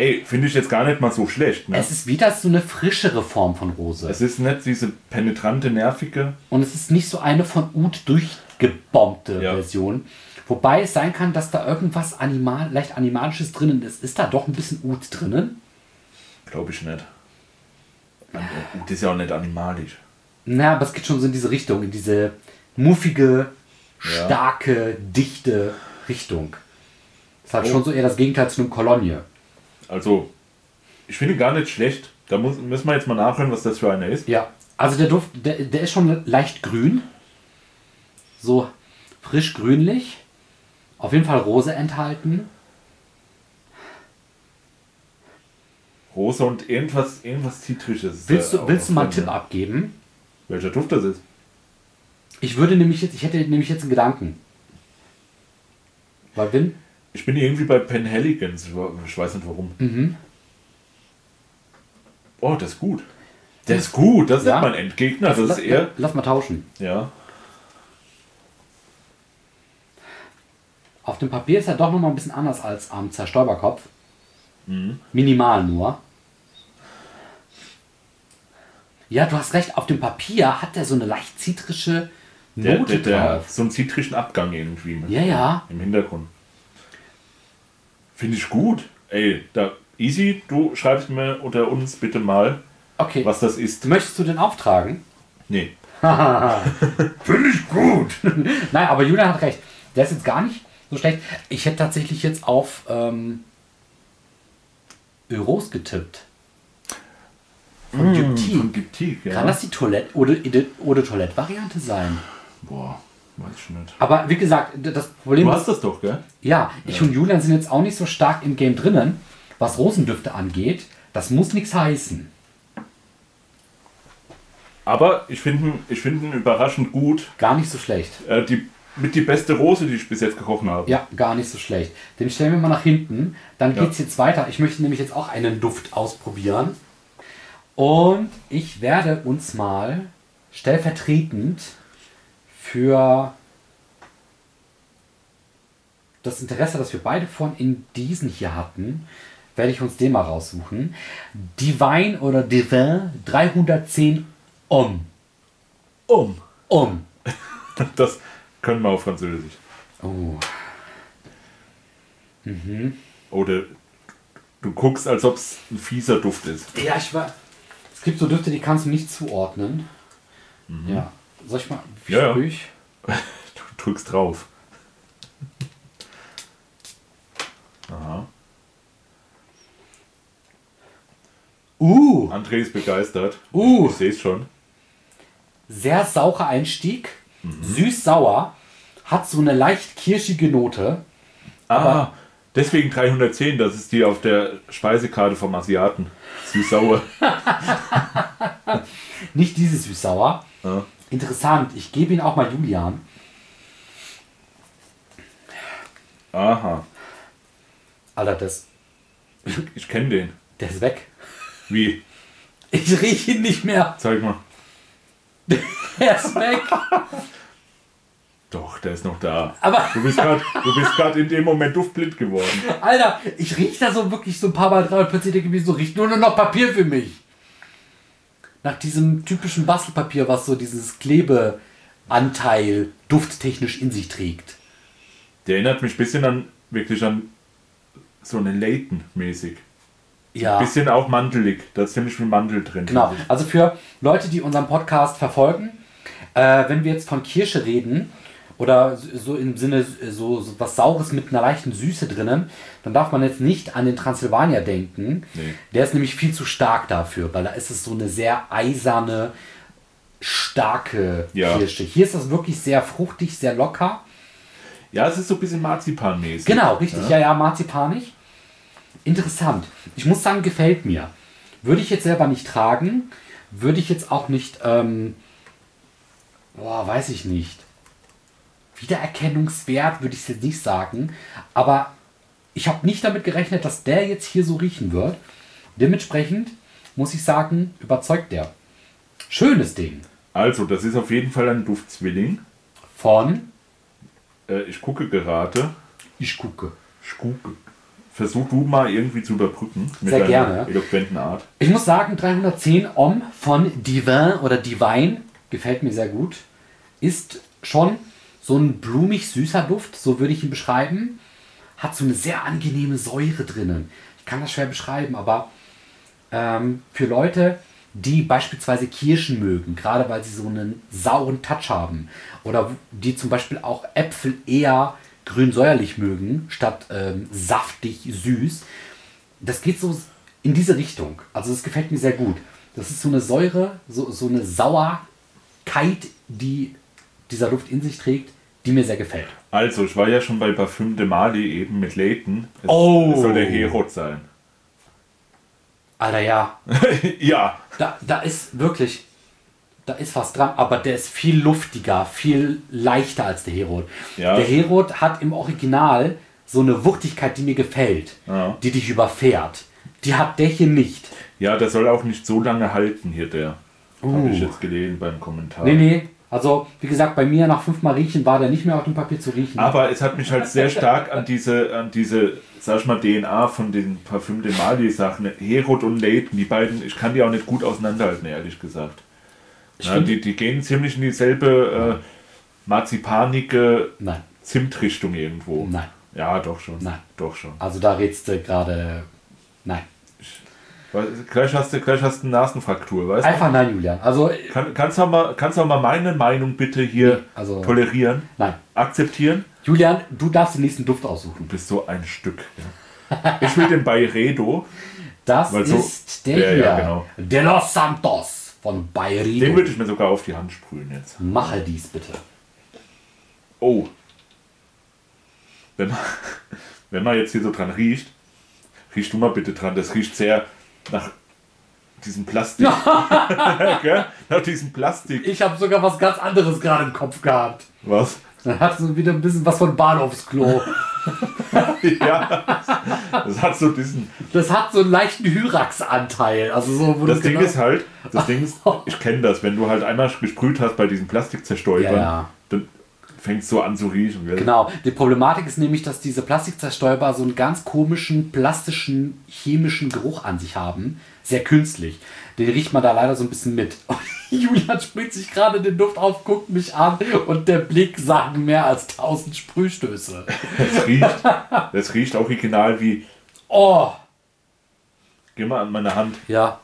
A: Ey, finde ich jetzt gar nicht mal so schlecht. Ne?
B: es ist wieder so eine frischere Form von Rose.
A: Es ist nicht diese penetrante, nervige.
B: Und es ist nicht so eine von Ud durchgebombte
A: Ja.
B: Version. Wobei es sein kann, dass da irgendwas animal, leicht Animalisches drinnen ist. Ist da doch ein bisschen Ud drinnen?
A: Glaube ich nicht. Das ist ja auch nicht animalisch.
B: Na, aber es geht schon so in diese Richtung, in diese muffige,
A: Ja.
B: starke, dichte Richtung. Ist halt schon so eher das Gegenteil zu einem Kolonie.
A: Also, ich finde gar nicht schlecht. Da muss, müssen wir jetzt mal nachhören, was das für eine ist.
B: Ja, also der Duft, der, der ist schon leicht grün. So frisch grünlich. Auf jeden Fall Rose enthalten.
A: Rose und irgendwas, irgendwas Zitrisches. ist
B: Willst
A: da
B: du,
A: auch
B: willst du mal einen
A: drin,
B: Tipp
A: ne?
B: abgeben?
A: Welcher Duft das ist?
B: Ich würde nämlich jetzt, ich hätte nämlich jetzt einen Gedanken. Weil wenn,
A: Ich bin irgendwie bei Penhaligans. Ich wa- Ich weiß nicht warum.
B: Mhm.
A: Oh, das ist gut. Der ist gut. Das ist
B: Ja.
A: nicht mein Endgegner. Das ist
B: lass,
A: eher.
B: lass mal tauschen.
A: Ja.
B: Auf dem Papier ist er doch nochmal ein bisschen anders als am Zerstäuberkopf.
A: Mhm.
B: Minimal nur. Ja, du hast recht, auf dem Papier hat er so eine leicht zitrische
A: Der,
B: Note
A: der, der,
B: drauf.
A: so einen zitrischen Abgang irgendwie. mit-
B: Ja, ja.
A: Im Hintergrund. Finde ich gut. Ey, da, Easy, du schreibst mir unter uns bitte mal,
B: Okay.
A: was das ist.
B: Möchtest du den auftragen?
A: Nee.
B: Finde ich gut. Nein, aber Julian hat recht. Der ist jetzt gar nicht so schlecht. Ich hätte tatsächlich jetzt auf ähm, Euros getippt. Von
A: Hm.
B: Gyptin.
A: Giptik, ja.
B: Kann das die Toilette oder, oder Toilette-Variante sein?
A: Boah, weiß ich nicht.
B: Aber wie gesagt, d- das Problem
A: Du
B: ist,
A: hast das doch, gell?
B: ja, ich und Julian sind jetzt auch nicht so stark im Game drinnen, was Rosendüfte angeht. Das muss nichts heißen.
A: Aber ich finde ihn- ich finde ihn überraschend gut.
B: Gar nicht so schlecht.
A: Äh, die, mit die beste Rose, die ich bis jetzt gekochen habe.
B: Ja, gar nicht so schlecht. Den stellen wir mal nach hinten. Dann
A: Ja.
B: geht's jetzt weiter. Ich möchte nämlich jetzt auch einen Duft ausprobieren. Und ich werde uns mal stellvertretend für das Interesse, das wir beide von in diesen hier hatten, werde ich uns den mal raussuchen. Divine oder Divin 310 Om.
A: Um.
B: Om.
A: Das können wir auf Französisch.
B: Oh.
A: Oder du guckst, als ob es ein fieser Duft ist.
B: Ja, ich war. Es gibt so Düfte, die kannst du nicht zuordnen. Ja. Soll ich mal. Wie
A: Mhm. Ja, ja.
B: sprüh ich?
A: Du drückst drauf. Aha.
B: Uh,
A: André ist begeistert.
B: Uh.
A: Ich sehe es schon.
B: sehr saurer Einstieg.
A: Mhm.
B: Süß-sauer. Hat so eine leicht kirschige Note.
A: Ah, deswegen 310, das ist die auf der Speisekarte vom Asiaten. Süß-sauer.
B: Nicht dieses süß-sauer.
A: Ja.
B: Interessant. Ich gebe ihn auch mal Julian.
A: Aha,
B: Alter, das,
A: ich kenne den.
B: der ist weg.
A: Wie?
B: Ich rieche ihn nicht mehr.
A: Zeig mal.
B: Er ist weg.
A: Doch, der ist noch da.
B: Aber-
A: du bist gerade, du bist gerade in dem Moment duftblind geworden.
B: Alter, ich rieche da so wirklich so ein paar Mal dran und plötzlich denke ich mir so, riecht nur noch nach Papier für mich. Nach diesem typischen Bastelpapier, was so dieses Klebeanteil dufttechnisch in sich trägt.
A: Der erinnert mich ein bisschen an wirklich an so eine Layton-mäßig.
B: Ja.
A: Bisschen auch mandelig. Da ist ziemlich viel Mandel drin.
B: Genau, also für Leute, die unseren Podcast verfolgen, äh, wenn wir jetzt von Kirsche reden oder so im Sinne so, so was Saures mit einer leichten Süße drinnen, dann darf man jetzt nicht an den Transsilvanier denken.
A: Nee.
B: Der ist nämlich viel zu stark dafür, weil da ist es so eine sehr eiserne, starke
A: Ja.
B: Kirsche. Hier ist das wirklich sehr fruchtig, sehr locker.
A: Ja, es ist so ein bisschen Marzipan-mäßig.
B: Genau, richtig. Ja, ja, marzipanig. Interessant. Ich muss sagen, gefällt mir. Würde ich jetzt selber nicht tragen, würde ich jetzt auch nicht, ähm, boah, weiß ich nicht. Wiedererkennungswert würde ich es jetzt nicht sagen, aber ich habe nicht damit gerechnet, dass der jetzt hier so riechen wird. Dementsprechend muss ich sagen, überzeugt der. Schönes Ding.
A: Also, das ist auf jeden Fall ein Duftzwilling.
B: Von,
A: Äh, ich gucke gerade.
B: ich gucke.
A: Ich gucke. Versuch du mal irgendwie zu überbrücken. Mit
B: Sehr
A: deiner
B: gerne.
A: eloquenten Art.
B: Ich muss sagen, 310 Om von Divin oder Divine gefällt mir sehr gut. Ist schon so ein blumig süßer Duft, so würde ich ihn beschreiben. Hat so eine sehr angenehme Säure drinnen. Ich kann das schwer beschreiben, aber ähm, für Leute, die beispielsweise Kirschen mögen, gerade weil sie so einen sauren Touch haben oder die zum Beispiel auch Äpfel eher grün-säuerlich mögen, statt ähm, saftig süß, das geht so in diese Richtung. Also das gefällt mir sehr gut. Das ist so eine Säure, so, so eine Sauerkeit, die dieser Luft in sich trägt, die mir sehr gefällt.
A: Also, ich war ja schon bei Parfüm de Mali eben mit Layton. Es,
B: Oh.
A: es soll der Herod sein.
B: Alter, ja,
A: ja,
B: da, da ist wirklich, da ist was dran, aber der ist viel luftiger, viel leichter als der Herod.
A: Ja.
B: Der Herod hat im Original so eine Wuchtigkeit, die mir gefällt,
A: Ja.
B: die dich überfährt. Die hat der hier nicht.
A: ja, der soll auch nicht so lange halten hier, der. Habe ich
B: Uh.
A: jetzt gelesen beim Kommentar.
B: Nee, nee. Also, wie gesagt, bei mir nach fünfmal riechen war der nicht mehr auf dem Papier zu riechen.
A: Aber es hat mich halt sehr stark an diese, an diese, sag ich mal, DNA von den Parfüm de Mali Sachen, Herod und Leighton, die beiden, ich kann die auch nicht gut auseinanderhalten, ehrlich gesagt. Ja, die, die gehen ziemlich in dieselbe äh, marzipanige
B: Nein.
A: Zimtrichtung irgendwo.
B: Nein.
A: Ja, doch schon.
B: Nein.
A: Doch schon.
B: Also da redst du gerade. Nein.
A: Weil, gleich, hast du, gleich hast du eine Nasenfraktur, weißt du?
B: Einfach nein, Julian. Also äh,
A: Kann, kannst, du auch mal, kannst du auch mal meine Meinung bitte hier
B: also-
A: tolerieren,
B: nein.
A: akzeptieren?
B: Julian, du darfst den nächsten Duft aussuchen.
A: Du bist so ein Stück. Ja. Ich will den Bayredo.
B: Das
A: Weil so-
B: ist der
A: der,
B: hier.
A: ja, genau.
B: De los Santos von Bayerino.
A: Den würde ich mir sogar auf die Hand sprühen jetzt.
B: Mache dies bitte.
A: Oh. Wenn, wenn man jetzt hier so dran riecht, riechst du mal bitte dran. Das riecht sehr nach diesem Plastik. Gell? Nach diesem Plastik.
B: Ich habe sogar was ganz anderes gerade im Kopf gehabt.
A: Was?
B: Dann hast du wieder ein bisschen was von Bahnhofsklo.
A: ja. Das hat so diesen.
B: Das hat so einen leichten Hyrax-Anteil. Also so, wo
A: Das
B: du
A: Ding
B: genau-
A: ist halt, das Ding ist, ich kenne das, wenn du halt einmal gesprüht hast bei diesem Plastikzerstäubern,
B: Ja, ja.
A: dann fängst du so an zu riechen. Gell?
B: Genau. Die Problematik ist nämlich, dass diese Plastikzerstäuber so einen ganz komischen, plastischen, chemischen Geruch an sich haben. Sehr künstlich. Den riecht man da leider so ein bisschen mit. Und Julian sprüht sich gerade den Duft auf, guckt mich an und der Blick sagt mehr als tausend Sprühstöße.
A: Das riecht, das riecht auch original wie,
B: Oh!
A: geh mal an meine Hand.
B: Ja.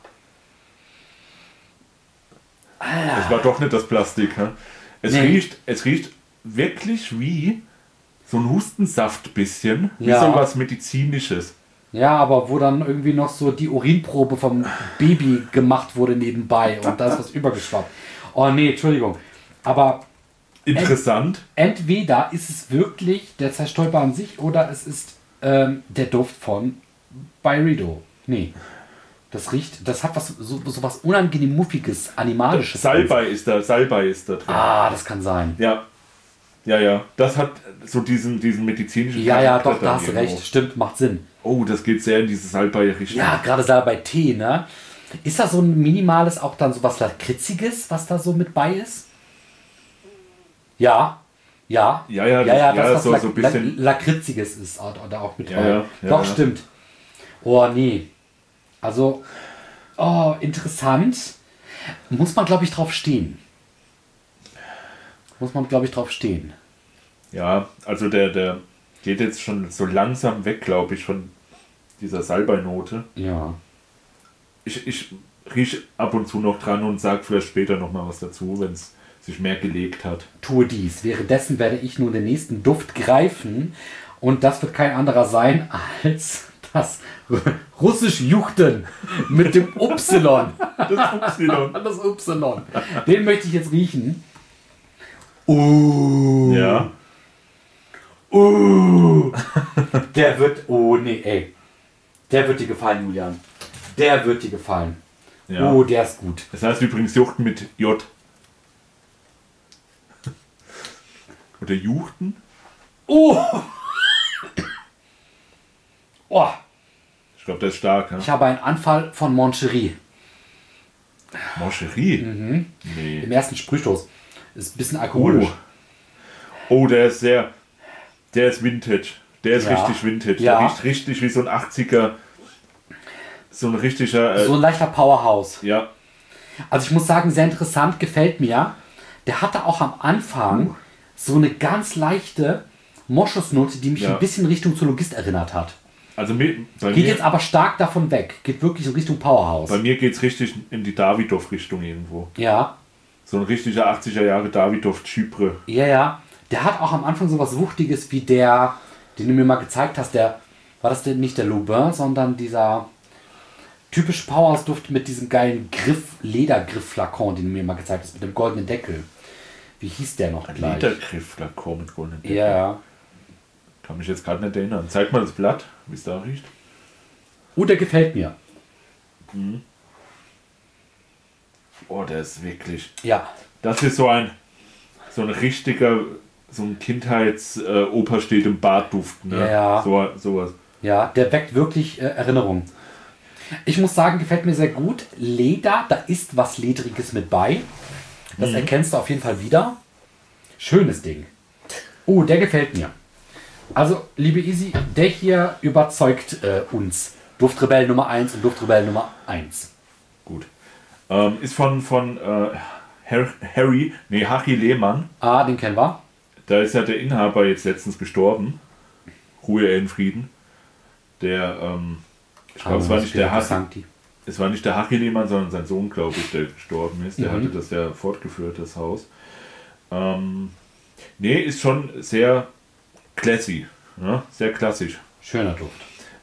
A: Es war doch nicht das Plastik. Ne? Es,
B: Nee.
A: riecht, es riecht wirklich wie so ein Hustensaft bisschen. Wie
B: Ja.
A: so was Medizinisches.
B: Ja, aber wo dann irgendwie noch so die Urinprobe vom Baby gemacht wurde nebenbei und da ist was übergeschwappt. Oh nee, Entschuldigung. Aber
A: Interessant.
B: entweder ist es wirklich der Zerstäuber an sich oder es ist ähm, der Duft von Byredo. Nee. Das riecht, das hat was, so, so was unangenehm Muffiges, Animalisches.
A: Salbei ist da, Salbei ist da drin.
B: Ah, das kann sein.
A: Ja. Ja, ja. Das hat so diesen, diesen medizinischen
B: Ja, ja,
A: Charakter
B: doch,
A: dann
B: da hast du
A: irgendwo.
B: recht. Stimmt, macht Sinn.
A: Oh, das geht sehr in diese Salbei-Richtung.
B: Ja, gerade da bei Tee, ne? Ist da so ein minimales, auch dann so was Lakritziges, was da so mit bei ist? Ja. Ja.
A: Ja, ja,
B: ja,
A: das-
B: ja,
A: ja,
B: das, was
A: so-
B: Lak
A: so ein bisschen-
B: Lak Lakritziges ist auch- oder auch mit
A: Ja,
B: bei.
A: ja, ja,
B: Doch,
A: ja.
B: stimmt. Oh, nee. Also, oh, interessant. Muss man, glaube ich, drauf stehen. Muss man, glaube ich, drauf stehen.
A: Ja, also der, der geht jetzt schon so langsam weg, glaube ich, von dieser Salbeinote.
B: Ja.
A: Ich, ich rieche ab und zu noch dran und sage vielleicht später nochmal was dazu, wenn es sich mehr gelegt hat.
B: Tue dies. Währenddessen werde ich nun den nächsten Duft greifen. Und das wird kein anderer sein als das russisch Juchten mit dem Y.
A: Das Y.
B: Das Y. Den möchte ich jetzt riechen. Uh.
A: Ja.
B: Uh, der wird. Oh nee, ey. Der wird dir gefallen, Julian. Der wird dir gefallen.
A: Ja.
B: Oh, der ist gut.
A: Das heißt übrigens Juchten mit J. Oder Juchten?
B: Oh! oh!
A: Ich glaube, der ist stark. Ne?
B: Ich habe einen Anfall von Moncherie.
A: Moscherie?
B: Mhm.
A: Nee.
B: Im ersten Sprühstoß. Ist ein bisschen alkoholisch.
A: Uh. Oh, der ist sehr. Der ist Vintage. Der ist
B: Ja.
A: richtig Vintage.
B: Ja.
A: Der riecht richtig wie so ein 80er. So ein richtiger. Äh,
B: So ein leichter Powerhouse.
A: ja.
B: Also ich muss sagen, sehr interessant, gefällt mir. Der hatte auch am
A: Uh.
B: Anfang so eine ganz leichte Moschusnote, die mich
A: Ja.
B: ein bisschen Richtung Zoologist erinnert hat.
A: Also mir, bei,
B: Geht
A: mir,
B: jetzt aber stark davon weg. Geht wirklich in Richtung Powerhouse.
A: bei mir geht es richtig in die Davidoff-Richtung irgendwo.
B: Ja,
A: So ein richtiger 80er Jahre Davidoff-Chypre.
B: ja, ja. Der hat auch am Anfang sowas Wuchtiges wie der, den du mir mal gezeigt hast, der, war das denn nicht der Lubin, sondern dieser typisch Powerhouse-Duft mit diesem geilen Griff, Ledergriff-Flakon, den du mir mal gezeigt hast, mit dem goldenen Deckel. Wie hieß der noch gleich?
A: Ledergriff, da kommt Golden Decker.
B: Ja, ja.
A: Kann mich jetzt gerade nicht erinnern. Zeig mal das Blatt, wie es da riecht.
B: Oh, der gefällt mir.
A: Oh, der ist wirklich.
B: Ja.
A: Das ist so ein so ein richtiger, so ein Kindheits-Opa steht im Badduft, ne?
B: Ja, ja.
A: So, sowas.
B: Ja, der weckt wirklich äh, Erinnerungen. Ich muss sagen, gefällt mir sehr gut. Leder, da ist was Ledriges mit bei. Das erkennst du auf jeden Fall wieder. Schönes Ding. Oh, der gefällt mir. Also, liebe Easy, der hier überzeugt äh, uns. Duftrebell Nummer 1 und Duftrebell Nummer 1.
A: Gut. Ähm, ist von, von äh, Har- Harry, nee, Harry Lehmann.
B: Ah, den kennen wir.
A: Da ist ja der Inhaber jetzt letztens gestorben. Ruhe in Frieden. Der, ähm, ich glaube, es war nicht der Harry.
B: Hass.
A: Es war nicht der Hachel Lehmann, sondern sein Sohn, glaube ich, der gestorben ist. Der
B: Mhm.
A: hatte das ja fortgeführt, das Haus. Ähm, nee, ist schon sehr classy. Ne? Sehr klassisch.
B: Schöner Duft.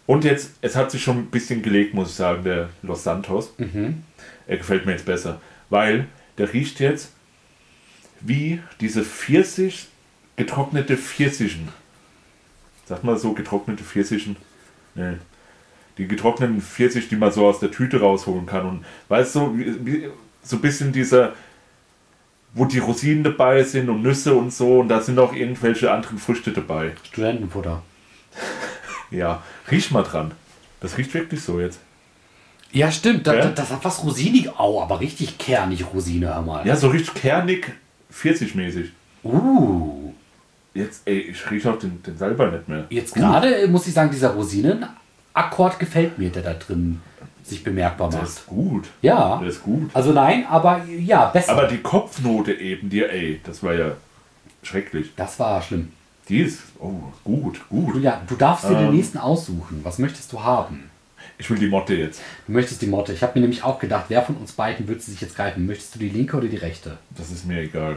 A: Und jetzt, es hat sich schon ein bisschen gelegt, muss ich sagen, der Los Santos. Er gefällt mir jetzt besser, weil der riecht jetzt wie diese Pfirsich, getrocknete Pfirsichen. Sag mal so, getrocknete Pfirsichen. Nee. Die getrockneten Pfirsich, die man so aus der Tüte rausholen kann. Und weißt du, wie, wie, so ein bisschen dieser, wo die Rosinen dabei sind und Nüsse und so. Und da sind auch irgendwelche anderen Früchte dabei.
B: Studentenfutter.
A: Ja, riech mal dran. Das riecht wirklich so jetzt.
B: Ja, stimmt. Das,
A: Ja.
B: das, das hat was rosinig. Au, aber richtig kernig Rosine, hör mal.
A: Ja, so richtig kernig, 40-mäßig.
B: Uh.
A: Jetzt, ey, ich rieche auch den, den Salbei nicht mehr.
B: Jetzt
A: Gut.
B: gerade äh, muss ich sagen, dieser Rosinen-Akkord gefällt mir, der da drin sich bemerkbar
A: Der
B: macht.
A: ist gut.
B: Ja.
A: Der ist gut.
B: Also nein, aber ja, besser.
A: Aber die Kopfnote eben, die, ey, das war ja schrecklich.
B: das war schlimm.
A: Die ist, oh, gut, gut.
B: Julia, du darfst dir
A: Ähm.
B: den nächsten aussuchen. Was möchtest du haben?
A: Ich will die Motte jetzt.
B: Du möchtest die Motte. Ich habe mir nämlich auch gedacht, wer von uns beiden würde sie sich jetzt greifen? Möchtest du die linke oder die rechte?
A: Das ist mir egal.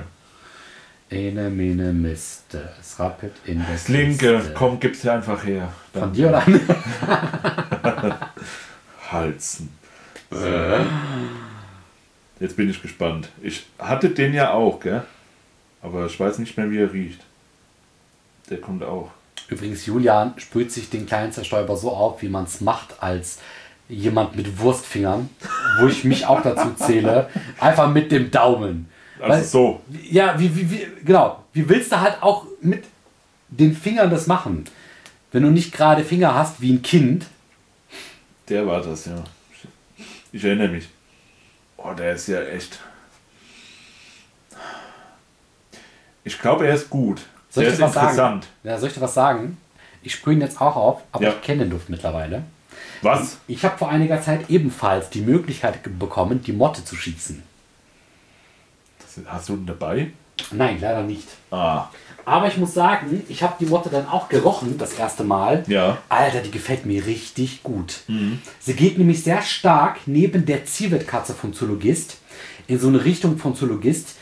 B: Ene, mene, miste. Es rappelt in der
A: Das linke,
B: Kiste.
A: komm, gib's dir einfach her.
B: äh,
A: Dann
B: Von dir oder
A: Halsen. Jetzt bin ich gespannt. Ich hatte den ja auch, gell? Aber ich weiß nicht mehr, wie er riecht. Der kommt auch.
B: Übrigens, Julian sprüht sich den kleinen Zerstäuber so auf, wie man es macht, als jemand mit Wurstfingern, wo ich mich auch dazu zähle, einfach mit dem Daumen.
A: Also so.
B: Ja, wie, wie, wie, genau. Wie willst du halt auch mit den Fingern das machen? Wenn du nicht gerade Finger hast wie ein Kind.
A: Der war das, ja. Ich erinnere mich. Oh, der ist ja echt. Ich glaube, er ist gut.
B: Soll
A: der ist
B: ich dir was
A: interessant.
B: sagen? Ja, soll ich dir was sagen? Ich sprühe ihn jetzt auch auf, aber
A: Ja.
B: ich kenne den Duft mittlerweile.
A: Was?
B: Ich habe vor einiger Zeit ebenfalls die Möglichkeit ge- bekommen, die Motte zu schießen.
A: Das, hast du ihn dabei?
B: Nein, leider nicht.
A: Ah.
B: Aber ich muss sagen, ich habe die Motte dann auch gerochen, das erste Mal.
A: Ja.
B: Alter, die gefällt mir richtig gut. Sie geht nämlich sehr stark neben der Ziewirdkatze vom Zoologist in so eine Richtung vom Zoologist,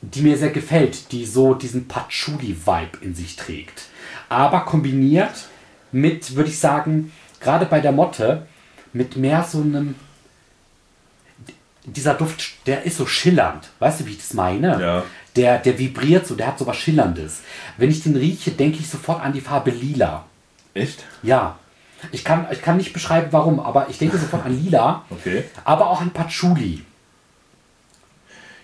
B: die mir sehr gefällt, die so diesen Patchouli-Vibe in sich trägt. Aber kombiniert mit, würde ich sagen, gerade bei der Motte, mit mehr so einem. Dieser Duft, der ist so schillernd. Weißt du, wie ich das meine?
A: Ja.
B: Der, der vibriert so, der hat so was Schillerndes. Wenn ich den rieche, denke ich sofort an die Farbe lila.
A: Echt?
B: Ja. Ich kann, ich kann nicht beschreiben, warum, aber ich denke sofort an lila,
A: Okay.
B: aber auch an Patchouli.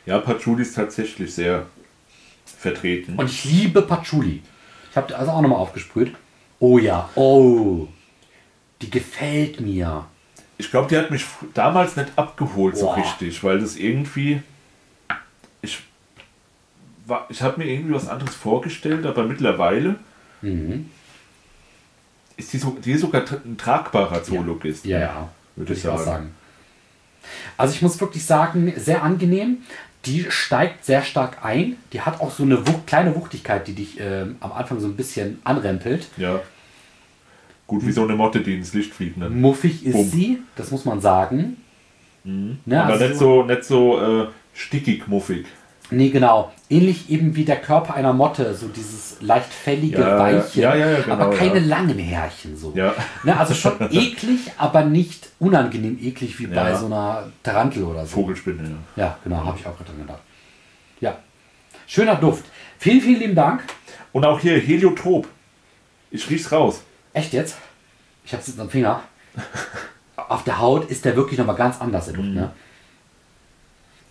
A: Ja, Patchouli ist tatsächlich sehr vertreten.
B: Und ich liebe Patchouli. Ich habe also auch nochmal aufgesprüht. Oh ja, oh. Die gefällt mir.
A: Ich glaube, die hat mich fr- damals nicht abgeholt so
B: Boah.
A: richtig, weil das irgendwie. Ich, war- ich habe mir irgendwie was anderes vorgestellt, aber mittlerweile
B: Mhm.
A: ist die, so, die ist sogar tra- ein tragbarer Zoologist.
B: Ja, ja.
A: Würde ich sagen.
B: Also ich muss wirklich sagen, sehr angenehm. Die steigt sehr stark ein. Die hat auch so eine Wucht, kleine Wuchtigkeit, die dich ähm, am Anfang so ein bisschen anrempelt.
A: Ja. Gut, wie so eine Motte, die ins Licht fliegt. Ne?
B: Muffig ist
A: Bumm. Mhm.
B: sie, das muss man sagen. Ne,
A: aber
B: also
A: nicht so, nicht so äh, stickig, muffig.
B: Nee, genau. Ähnlich eben wie der Körper einer Motte, so dieses leicht fällige,
A: Ja, ja.
B: weiche,
A: Ja, ja, ja, genau,
B: aber keine
A: ja.
B: langen Härchen so.
A: Ja.
B: Ne, also schon eklig, aber nicht unangenehm eklig wie bei
A: Ja.
B: so einer Tarantel oder so.
A: Vogelspinne, ja.
B: Ja, genau, habe ich auch gerade dran gedacht. Ja. Schöner Duft. Vielen, vielen lieben Dank.
A: Und auch hier Heliotrop. Ich riech's raus.
B: Echt jetzt? Ich habe es jetzt am Finger. Auf der Haut ist der wirklich nochmal ganz anders, der Duft, ne?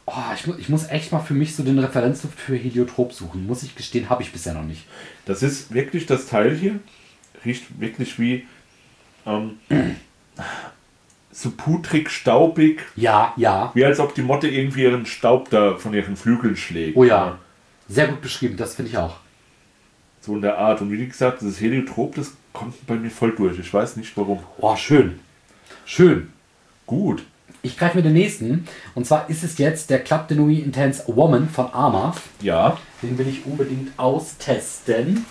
B: Oh, ich, mu ich muss echt mal für mich so den Referenzduft für Heliotrop suchen. Muss ich gestehen, habe ich bisher noch nicht.
A: Das ist wirklich das Teil hier. Riecht wirklich wie ähm, so putrig, staubig.
B: Ja, ja.
A: Wie als ob die Motte irgendwie ihren Staub da von ihren Flügeln schlägt.
B: Oh ja. Sehr gut beschrieben, das finde ich auch.
A: So in der Art. Und wie gesagt, das Heliotrop, das kommt bei mir voll durch. Ich weiß nicht warum.
B: Oh, schön. Schön.
A: Gut.
B: Ich greife mir den nächsten. Und zwar ist es jetzt der Club de Nuit Intense Woman von Arma.
A: Ja.
B: Den will ich unbedingt austesten.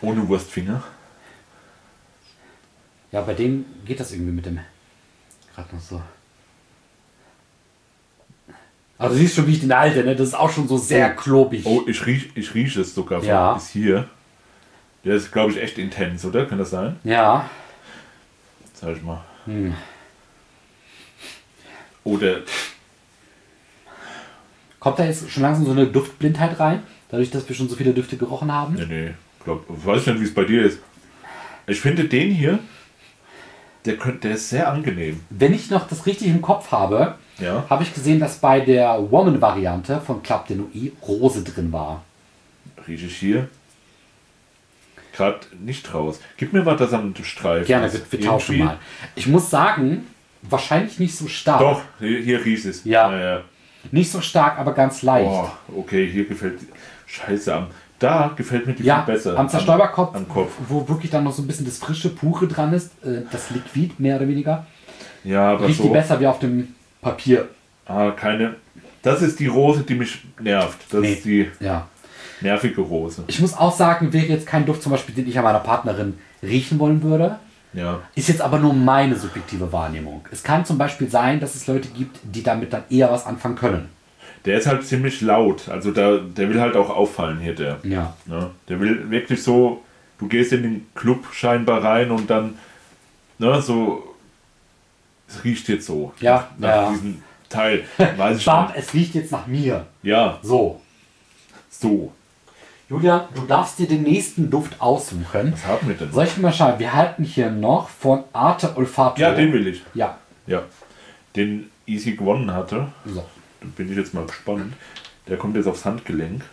A: Ohne Wurstfinger.
B: Ja, bei dem geht das irgendwie mit dem. Gerade noch so. Also, du siehst schon, wie ich den halte, ne? Das ist auch schon so sehr klobig.
A: Oh, ich riech, ich riech es sogar von
B: Ja.
A: bis hier. Der ist, glaube ich, echt intens, oder? Kann das sein?
B: Ja.
A: Sag ich mal.
B: Hm.
A: Oder
B: Kommt da jetzt schon langsam so eine Duftblindheit rein? Dadurch, dass wir schon so viele Düfte gerochen haben?
A: Nee, nee. Glaub, weiß nicht, wie es bei dir ist. Ich finde den hier, der, könnt, der ist sehr angenehm.
B: Wenn ich noch das richtig im Kopf habe,
A: Ja.
B: habe ich gesehen, dass bei der Woman-Variante von Club de Nuit Rose drin war.
A: Rieche ich hier. Gerade nicht raus. Gib mir mal das am Streifen.
B: Gerne,
A: Das
B: wir, wir
A: irgendwie-
B: tauschen mal. Ich muss sagen, wahrscheinlich nicht so stark.
A: Doch, hier, hier riecht es.
B: Ja.
A: Naja.
B: Nicht so stark, aber ganz leicht.
A: Boah, okay, hier gefällt. Scheiße, am. Da gefällt mir die
B: Ja,
A: viel besser.
B: am Zerstäuberkopf,
A: Am, am Kopf.
B: wo wirklich dann noch so ein bisschen das frische, pure dran ist, äh, das Liquid mehr oder weniger,
A: Ja, aber
B: riecht die
A: so.
B: besser wie auf dem Papier.
A: Ah, keine. Das ist die Rose, die mich nervt. Das ist die
B: Ja.
A: nervige Rose.
B: Ich muss auch sagen, wäre jetzt kein Duft zum Beispiel, den ich an meiner Partnerin riechen wollen würde,
A: Ja.
B: Ist jetzt aber nur meine subjektive Wahrnehmung. Es kann zum Beispiel sein, dass es Leute gibt, die damit dann eher was anfangen können.
A: Der ist halt ziemlich laut. Also da, der will halt auch auffallen hier, der.
B: Ja.
A: Ne? Der will wirklich so, du gehst in den Club scheinbar rein und dann, ne, so, es riecht jetzt so.
B: Ja,
A: Nach
B: ja.
A: diesem Teil. Weiß ich
B: Bam,
A: nicht.
B: es riecht jetzt nach mir.
A: Ja,
B: So.
A: so.
B: Julian, du darfst dir den nächsten Duft aussuchen.
A: Was haben wir denn?
B: Soll ich mal schauen? Wir halten hier noch von Arte Olfato.
A: Ja, den will ich.
B: Ja.
A: Ja. Den Easy gewonnen hatte.
B: So.
A: Da bin ich jetzt mal gespannt. Der kommt jetzt aufs Handgelenk.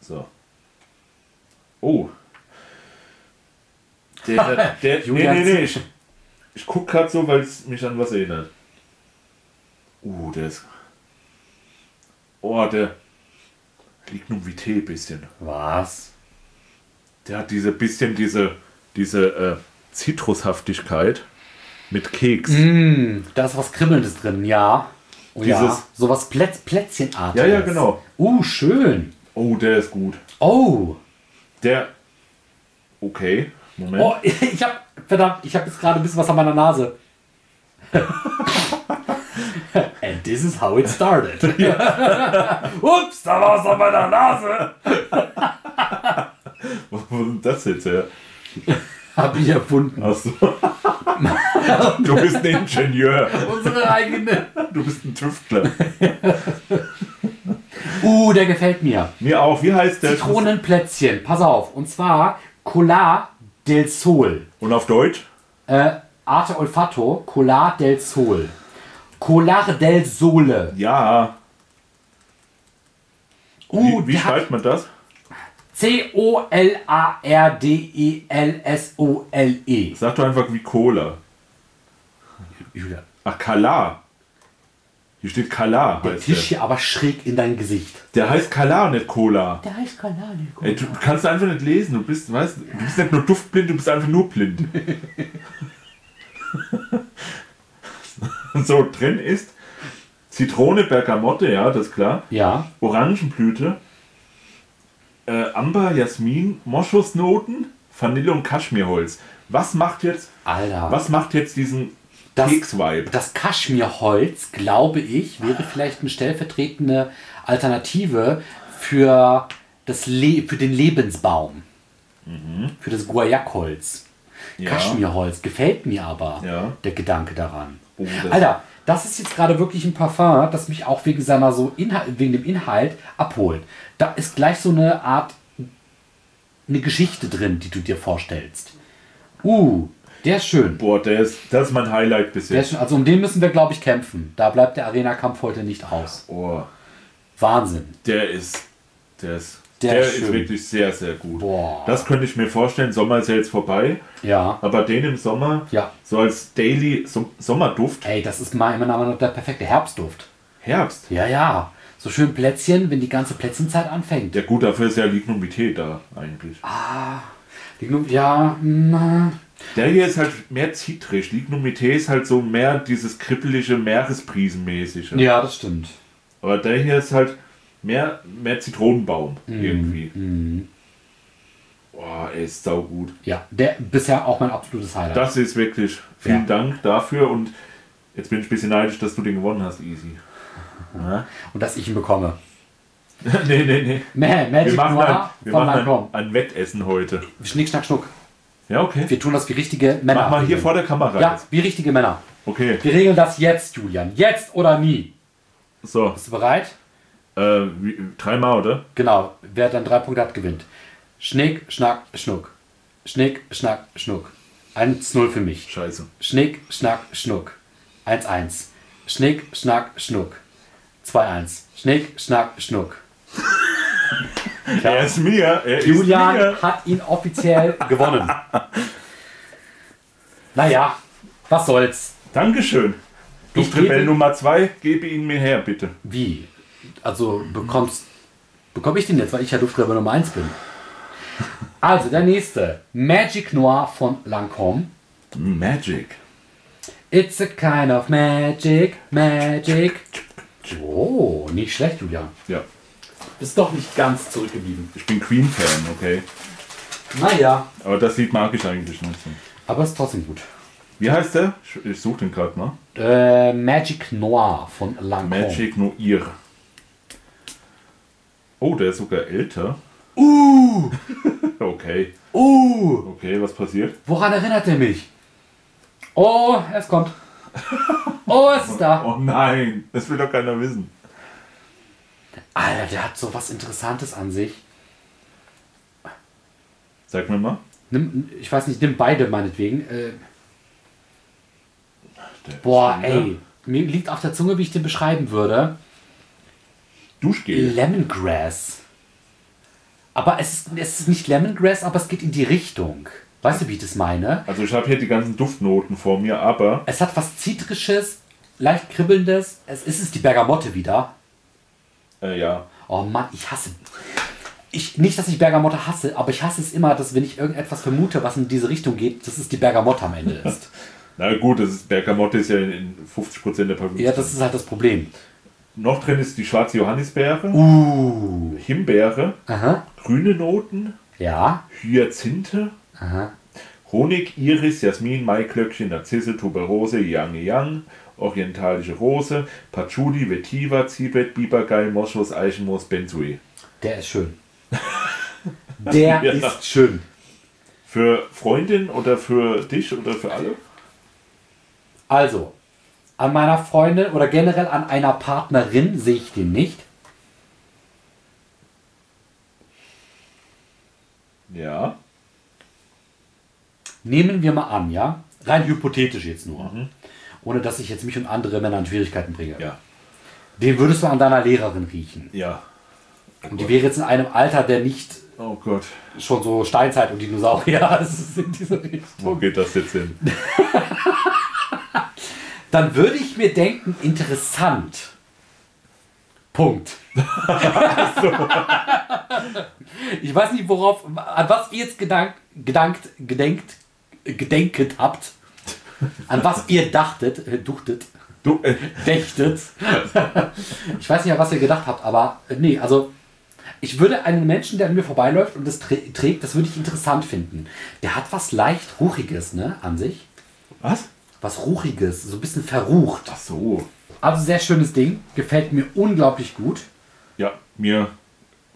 A: So. Oh. Der, der, der, nee,
B: Julian-
A: nee, nee. Ich, ich guck grad so, weil es mich an was erinnert. Uh, der ist. Oh, der liegt nun wie Tee bisschen.
B: Was?
A: Der hat diese bisschen diese diese äh, Zitrushaftigkeit mit Keks.
B: Mhm. Hm, Da ist was Kribbelndes drin, ja. Oh, ja.
A: Dieses-
B: So was Plätz
A: Ja,
B: Plätzchenartiges.
A: ja, genau.
B: Uh, schön.
A: Oh, der ist gut.
B: Oh.
A: Der. Okay, Moment.
B: Oh, ich hab, verdammt, ich hab jetzt gerade ein bisschen was an meiner Nase. And this is how it started. Ups, da war was an meiner Nase.
A: Was ist denn das jetzt her?
B: Hab ich erfunden.
A: Achso. du bist ein Ingenieur.
B: Unsere eigene.
A: Du bist ein Tüftler.
B: Uh, der gefällt mir.
A: Mir auch. Wie heißt der?
B: Zitronenplätzchen, pass auf. Und zwar Cola del Sol.
A: Und auf Deutsch?
B: Äh, Arte Olfato, Cola del Sol. Colar del Sole.
A: Ja.
B: Uh,
A: wie wie
B: der hat-
A: schreibt man das?
B: C-O-L-A-R-D-E-L-S-O-L-E.
A: Sag doch einfach wie Cola.
B: Julia,
A: Ach, Kala. Hier steht Kala.
B: der
A: heißt
B: Tisch hier aber schräg in dein Gesicht.
A: Der. der heißt Kala, nicht Cola.
B: Der heißt Kanal.
A: Ey, du kannst einfach nicht lesen. Du bist, weißt, du bist nicht nur duftblind, du bist einfach nur blind. so, drin ist Zitrone, Bergamotte, ja, das ist klar.
B: Ja,
A: Orangenblüte, äh, Amber, Jasmin, Moschusnoten, Vanille und Kaschmirholz. Was macht jetzt,
B: Alter.
A: was macht jetzt diesen
B: Das-
A: Keks-Vibe?
B: Das Kaschmirholz, glaube ich, wäre vielleicht eine stellvertretende Alternative für, das Le für den Lebensbaum. Für das Guayakholz.
A: Mhm. Ja.
B: Kaschmirholz gefällt mir aber,
A: Ja.
B: der Gedanke daran.
A: Oh, das-
B: Alter, das ist jetzt gerade wirklich ein Parfum, das mich auch wegen seiner so Inhalt, wegen dem Inhalt abholt. Da ist gleich so eine Art eine Geschichte drin, die du dir vorstellst. Uh, der ist schön.
A: Boah, der ist, das ist mein Highlight bis
B: Der
A: jetzt.
B: ist schon, also um den müssen wir, glaube ich, kämpfen. Da bleibt der Arena-Kampf heute nicht aus.
A: Oh,
B: Wahnsinn.
A: der ist, der ist,
B: Der
A: der,
B: ist
A: ist
B: schön.
A: wirklich sehr, sehr gut.
B: Boah.
A: Das könnte ich mir vorstellen. Sommer ist ja jetzt vorbei,
B: Ja.
A: aber den im Sommer,
B: Ja.
A: so als Daily Som Sommerduft,
B: Ey, das ist meiner Meinung nach der perfekte Herbstduft.
A: Herbst.
B: Ja, ja. So schön Plätzchen, wenn die ganze Plätzchenzeit anfängt.
A: Ja gut, dafür ist ja Lignomität da eigentlich.
B: Ah. Die Gnu- Ja, mm, na.
A: Der hier ist halt mehr zitrisch. Lignomité ist halt so mehr dieses kribbelige, Meeresprisenmäßige.
B: ja, das stimmt.
A: Aber der hier ist halt mehr, mehr Zitronenbaum
B: Mhm.
A: irgendwie. Boah, ey, ist saugut.
B: Ja, der bisher auch mein absolutes Highlight.
A: Das ist wirklich. Vielen
B: Ja.
A: Dank dafür und jetzt bin ich ein bisschen neidisch, dass du den gewonnen hast, Easy. Ja?
B: Und dass ich ihn bekomme.
A: nee, nee, nee.
B: Man,
A: Wir
B: Magic
A: machen, ein,
B: Noir
A: wir
B: von
A: machen
B: Lancôme.
A: ein, ein Wettessen heute.
B: Schnick, schnack, schnuck.
A: Ja, okay.
B: Wir tun das wie richtige Männer.
A: Mach mal hier vor der Kamera
B: Ja,
A: jetzt.
B: wie richtige Männer.
A: Okay,
B: Wir regeln das jetzt, Julian. Jetzt oder nie.
A: so.
B: Bist du bereit?
A: Äh, wie, dreimal, oder?
B: Genau, wer dann drei Punkte hat, gewinnt. Schnick, Schnack, Schnuck. Schnick, Schnack, Schnuck. 1-0 für mich.
A: Scheiße.
B: Schnick, Schnack, Schnuck. 1-1. Schnick, Schnack, Schnuck. 2-1. Schnick, Schnack, Schnuck.
A: Er ist mir. Er ist mir.
B: Julian hat ihn offiziell gewonnen. Naja, was soll's.
A: Dankeschön. Du
B: Ich
A: Strippel
B: gebe-
A: Nummer 2, gebe ihn mir her, bitte.
B: Wie? Also bekommst bekomme ich den jetzt, weil ich ja Duftgräber Nummer 1 bin. Also der nächste. Magic Noir von Lancôme.
A: Magic.
B: It's a kind of magic, magic. Oh, nicht schlecht, Julian.
A: Ja,
B: Bist doch nicht ganz zurückgeblieben.
A: ich bin Queen-Fan, okay.
B: Naja.
A: Aber das Lied mag ich eigentlich nicht. so.
B: Aber ist trotzdem gut.
A: Wie heißt der? Ich, ich suche den gerade mal.
B: Äh, magic Noir von Lancôme.
A: Magic Noir. Oh, der ist sogar älter.
B: Uh,
A: Okay,
B: uh.
A: okay, was passiert?
B: Woran erinnert er mich? Oh, es kommt. Oh, es ist da.
A: Oh nein, das will doch keiner wissen.
B: Alter, der hat so was Interessantes an sich.
A: Sag mir mal.
B: Nimm, ich weiß nicht, nimm beide meinetwegen. Äh, boah, ey. Mir liegt auf der Zunge, wie ich den beschreiben würde.
A: Duschgel.
B: Lemongrass. Aber es ist, es ist nicht Lemongrass, aber es geht in die Richtung. Weißt du, wie ich das meine?
A: Also ich habe hier die ganzen Duftnoten vor mir, aber
B: Es hat was Zitrisches, leicht Kribbelndes. Es ist es die Bergamotte wieder.
A: äh, ja,
B: Oh Mann, ich hasse. ich, nicht, dass ich Bergamotte hasse, aber ich hasse es immer, dass wenn ich irgendetwas vermute, was in diese Richtung geht, dass es die Bergamotte am Ende ist.
A: Na gut, das ist, Bergamotte ist ja in, in 50% der Parodie.
B: ja, das ist halt das Problem.
A: Noch drin ist die schwarze Johannisbeere,
B: Uh.
A: Himbeere,
B: Aha.
A: grüne Noten,
B: Ja.
A: Hyazinthe,
B: Aha.
A: Honig, Iris, Jasmin, Maiklöckchen, Narzisse, Tuberose, Yang Yang, orientalische Rose, Patchouli, Vetiver, Zibet, Bibergeil, Moschus, Eichenmoos, Benzui.
B: Der ist schön. Der
A: Ja.
B: ist schön.
A: Für Freundin oder für dich oder für alle?
B: Also, an meiner Freundin oder generell an einer Partnerin sehe ich den nicht.
A: Ja.
B: Nehmen wir mal an, ja? Rein hypothetisch jetzt nur. Ohne dass ich jetzt mich und andere Männer in Schwierigkeiten bringe.
A: Ja.
B: Den würdest du an deiner Lehrerin riechen.
A: Ja.
B: Und die wäre jetzt in einem Alter, der nicht
A: Oh Gott.
B: schon so Steinzeit und Dinosaurier ist in diese Richtung.
A: Wo geht das jetzt hin?
B: Dann würde ich mir denken, interessant. Punkt. Also, ich weiß nicht, worauf, an was ihr jetzt gedank, gedankt, gedenkt, gedenket habt. An was ihr dachtet, äh, duchtet.
A: Du, äh,
B: dächtet. ich weiß nicht, an was ihr gedacht habt, aber äh, nee, also ich würde einen Menschen, der an mir vorbeiläuft und das trä- trägt, das würde ich interessant finden. Der hat was leicht Ruchiges, ne, an sich.
A: was?
B: Was Ruchiges, so ein bisschen verrucht.
A: Ach so.
B: Also sehr schönes Ding, gefällt mir unglaublich gut.
A: Ja, mir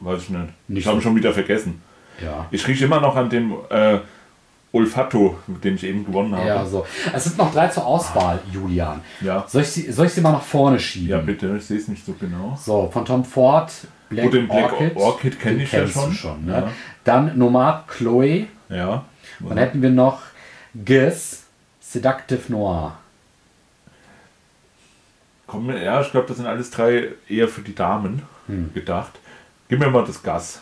A: weiß ich nicht.
B: Nicht
A: ich habe
B: so.
A: schon wieder vergessen.
B: Ja.
A: Ich rieche immer noch an dem äh, Olfato, mit dem ich eben gewonnen habe.
B: Ja, so. Es sind noch drei zur Auswahl, Julian.
A: Ah. Ja.
B: Soll ich sie, soll ich sie mal nach vorne schieben?
A: Ja, bitte, ich sehe es nicht so genau.
B: So, von Tom Ford, Black,
A: Gut, den Black
B: Orchid.
A: Orchid kenn
B: Den
A: ich ja
B: kennst du
A: schon.
B: ne?
A: Ja.
B: Dann Nomad Chloe.
A: Ja.
B: Dann hätten wir noch Giz, Seductive Noir.
A: Komm, ja, ich glaube, das sind alles drei eher für die Damen gedacht. Gib mir mal das Gas.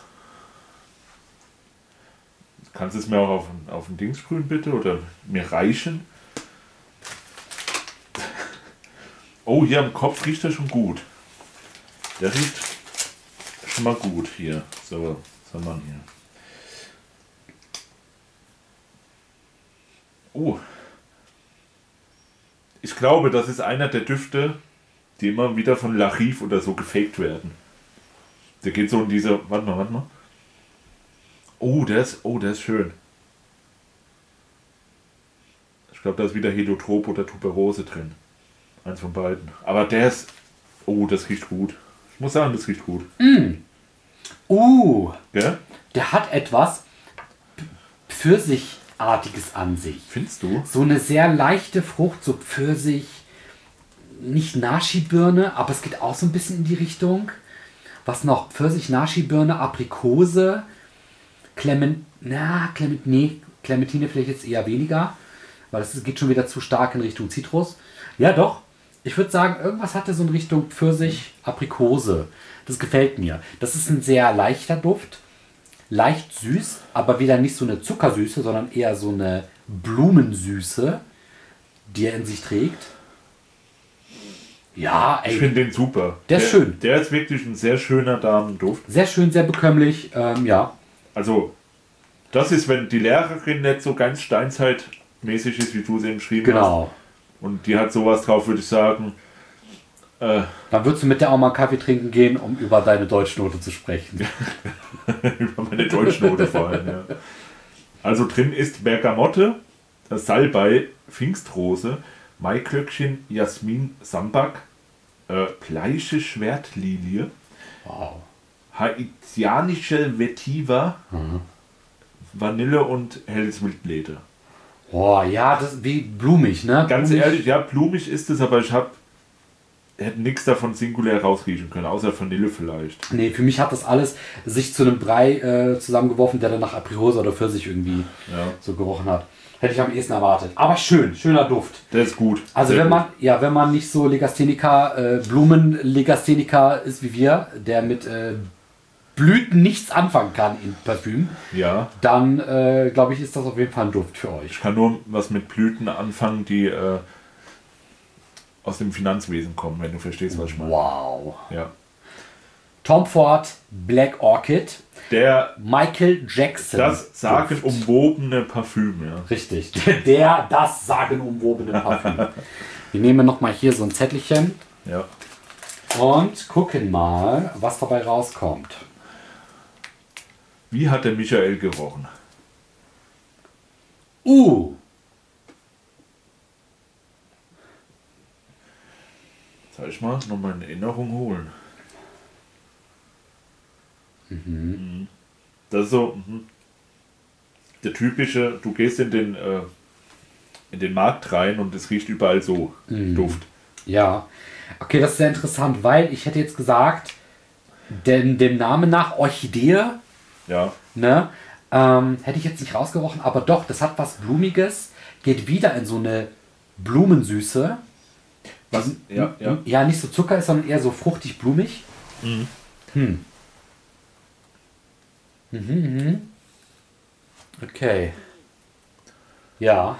A: Kannst du es mir auch auf, den- auf den Dings sprühen, bitte? Oder mir reichen? Oh, hier am Kopf riecht er schon gut. Der riecht schon mal gut hier. So, was haben wir denn hier? Oh. Ich glaube, das ist einer der Düfte, die immer wieder von Lachif oder so gefaked werden. Der geht so in diese. Warte mal, warte mal. Oh, der ist, oh, der ist schön. Ich glaube, da ist wieder Heliotrop oder Tuberose drin. Eins von beiden. Aber der ist. Oh, das riecht gut. Ich muss sagen, das riecht gut.
B: Uh,
A: Gell?
B: der hat etwas P- Pfirsichartiges an sich.
A: Findest du?
B: So eine sehr leichte Frucht, so Pfirsich, nicht Nashi-Birne, aber es geht auch so ein bisschen in die Richtung. Was noch? Pfirsich, Nashi-Birne, Aprikose, Clement, na, Clement, nee, Clementine vielleicht jetzt eher weniger, weil es geht schon wieder zu stark in Richtung Zitrus. Ja, doch. Ich würde sagen, irgendwas hatte so in Richtung Pfirsich, Aprikose. Das gefällt mir. Das ist ein sehr leichter Duft. Leicht süß, aber wieder nicht so eine Zuckersüße, sondern eher so eine Blumensüße, die er in sich trägt. Ja,
A: Ich
B: ey.
A: finde den super.
B: Der ist schön.
A: Der ist wirklich ein sehr schöner Damenduft.
B: Sehr schön, sehr bekömmlich. Ähm, ja,
A: Also, das ist, wenn die Lehrerin nicht so ganz steinzeitmäßig ist, wie du sie beschrieben hast.
B: genau.
A: Und die hat sowas drauf, würde ich sagen. Äh,
B: Dann würdest du mit der auch mal einen Kaffee trinken gehen, um über deine Deutschnote zu sprechen.
A: über meine Deutschnote vor allem. Ja. Also drin ist Bergamotte, Salbei, Pfingstrose, Maiklöckchen, Jasmin, Sambak, äh, Bleiche Schwertlilie,
B: Wow.
A: haitianische Vetiver,
B: Mhm.
A: Vanille und helles Wildleder.
B: Boah, ja, das ist wie blumig, ne?
A: Ganz
B: blumig.
A: ehrlich, ja, blumig ist es, aber ich habe hätte nichts davon singulär rausriechen können, außer Vanille vielleicht.
B: Nee, für mich hat das alles sich zu einem Brei äh, zusammengeworfen, der dann nach Aprikose oder Pfirsich irgendwie
A: Ja.
B: so gerochen hat. Hätte ich am ehesten erwartet. Aber schön, schöner Duft.
A: Der ist gut.
B: Also
A: Sehr
B: wenn
A: gut.
B: man, ja, wenn man nicht so Legastheniker, äh, Blumenlegastheniker ist wie wir, der mit äh, Blüten nichts anfangen kann in Parfüm,
A: Ja.
B: dann äh, glaube ich, ist das auf jeden Fall ein Duft für euch.
A: Ich kann nur was mit Blüten anfangen, die äh, aus dem Finanzwesen kommen, wenn du verstehst, was ich meine.
B: Wow.
A: Ja.
B: Tom Ford, Black Orchid,
A: Der
B: Michael Jackson.
A: das um- sagenumwobene Parfüm, ja.
B: Richtig, der das sagenumwobene Parfüm. Wir nehmen nochmal hier so ein Zettelchen
A: ja.
B: und gucken mal, was dabei rauskommt.
A: Wie hat der Michael gerochen?
B: Uh,
A: Soll ich mal nochmal in Erinnerung holen? Mhm. Das ist so mhm. der typische, du gehst in den, äh, in den Markt rein und es riecht überall so Duft.
B: ja. Okay, das ist sehr interessant, weil ich hätte jetzt gesagt, denn dem Namen nach Orchidee
A: Ja.
B: Ne? Ähm, hätte ich jetzt nicht rausgerochen, aber doch, das hat was Blumiges, geht wieder in so eine Blumensüße.
A: Was, ja, ja.
B: Hm? Ja, nicht so Zucker ist, sondern eher so fruchtig blumig. Hm. Mhm, mhm. Okay. Ja.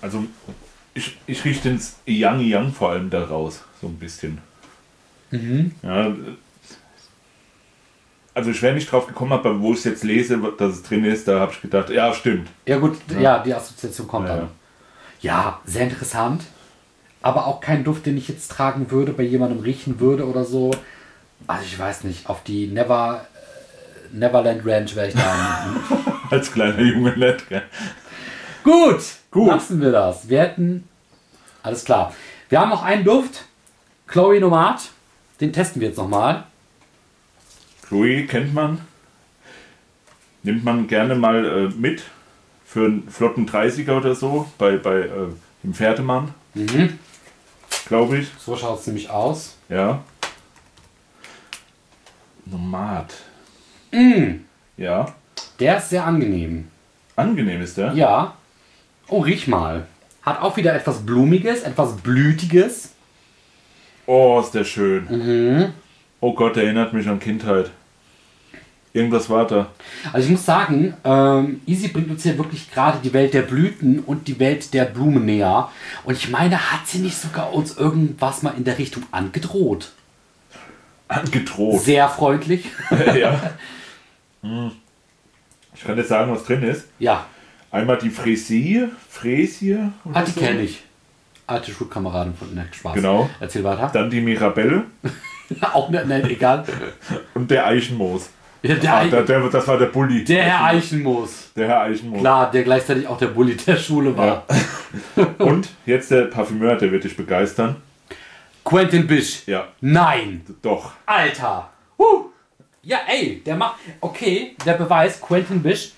A: Also ich, ich rieche den Yang Yang vor allem daraus, so ein bisschen. Ja, also ich wäre nicht drauf gekommen, aber wo ich es jetzt lese, dass es drin ist, da habe ich gedacht, ja stimmt.
B: Ja, gut, ja, die Assoziation kommt
A: Ja,
B: dann. Ja, sehr interessant. Aber auch kein Duft, den ich jetzt tragen würde, bei jemandem riechen würde oder so. Also ich weiß nicht, auf die Never, äh, Neverland Ranch wäre ich da.
A: Als kleiner Junge nicht, gell?
B: Gut,
A: Gut.
B: lassen wir das. Wir hätten, alles klar. Wir haben noch einen Duft, Chloe Nomad. Den testen wir jetzt nochmal.
A: Chloe kennt man. Nimmt man gerne mal äh, mit für einen flotten 30er oder so bei, bei äh, dem Pferdemann. Glaube ich.
B: So schaut es nämlich aus.
A: Ja. Nomad.
B: Mm.
A: Ja.
B: Der ist sehr angenehm.
A: Angenehm ist der.
B: Ja. Oh, riech mal. Hat auch wieder etwas Blumiges, etwas Blütiges.
A: Oh, ist der schön.
B: Mhm.
A: Oh Gott, der erinnert mich an Kindheit. Irgendwas war da.
B: Also ich muss sagen, ähm, Easy bringt uns hier wirklich gerade die Welt der Blüten und die Welt der Blumen näher. Und ich meine, hat sie nicht sogar uns irgendwas mal in der Richtung angedroht?
A: Angedroht.
B: Sehr freundlich.
A: ja. Hm. Ich kann jetzt sagen, was drin ist.
B: ja,
A: Einmal die Fräsie. Fräsie. oder
B: Ah, die
A: so.
B: kenne ich. Alte Schulkameraden von Nerd Spaß.
A: Genau.
B: Erzähl weiter.
A: Dann die Mirabelle
B: Auch nicht, nein, egal.
A: und der Eichenmoos.
B: Ja, der,
A: Ah,
B: Eich-
A: der, der, das war der Bulli.
B: der Herr Eichenmoos.
A: Der Herr Eichenmoos.
B: Klar, der gleichzeitig auch der Bulli der Schule war.
A: Und jetzt der Parfümeur, der wird dich begeistern.
B: Quentin Bisch.
A: Ja,
B: Nein.
A: doch.
B: Alter. Huh. Ja, ey, der macht. Okay, der Beweis, Quentin Bisch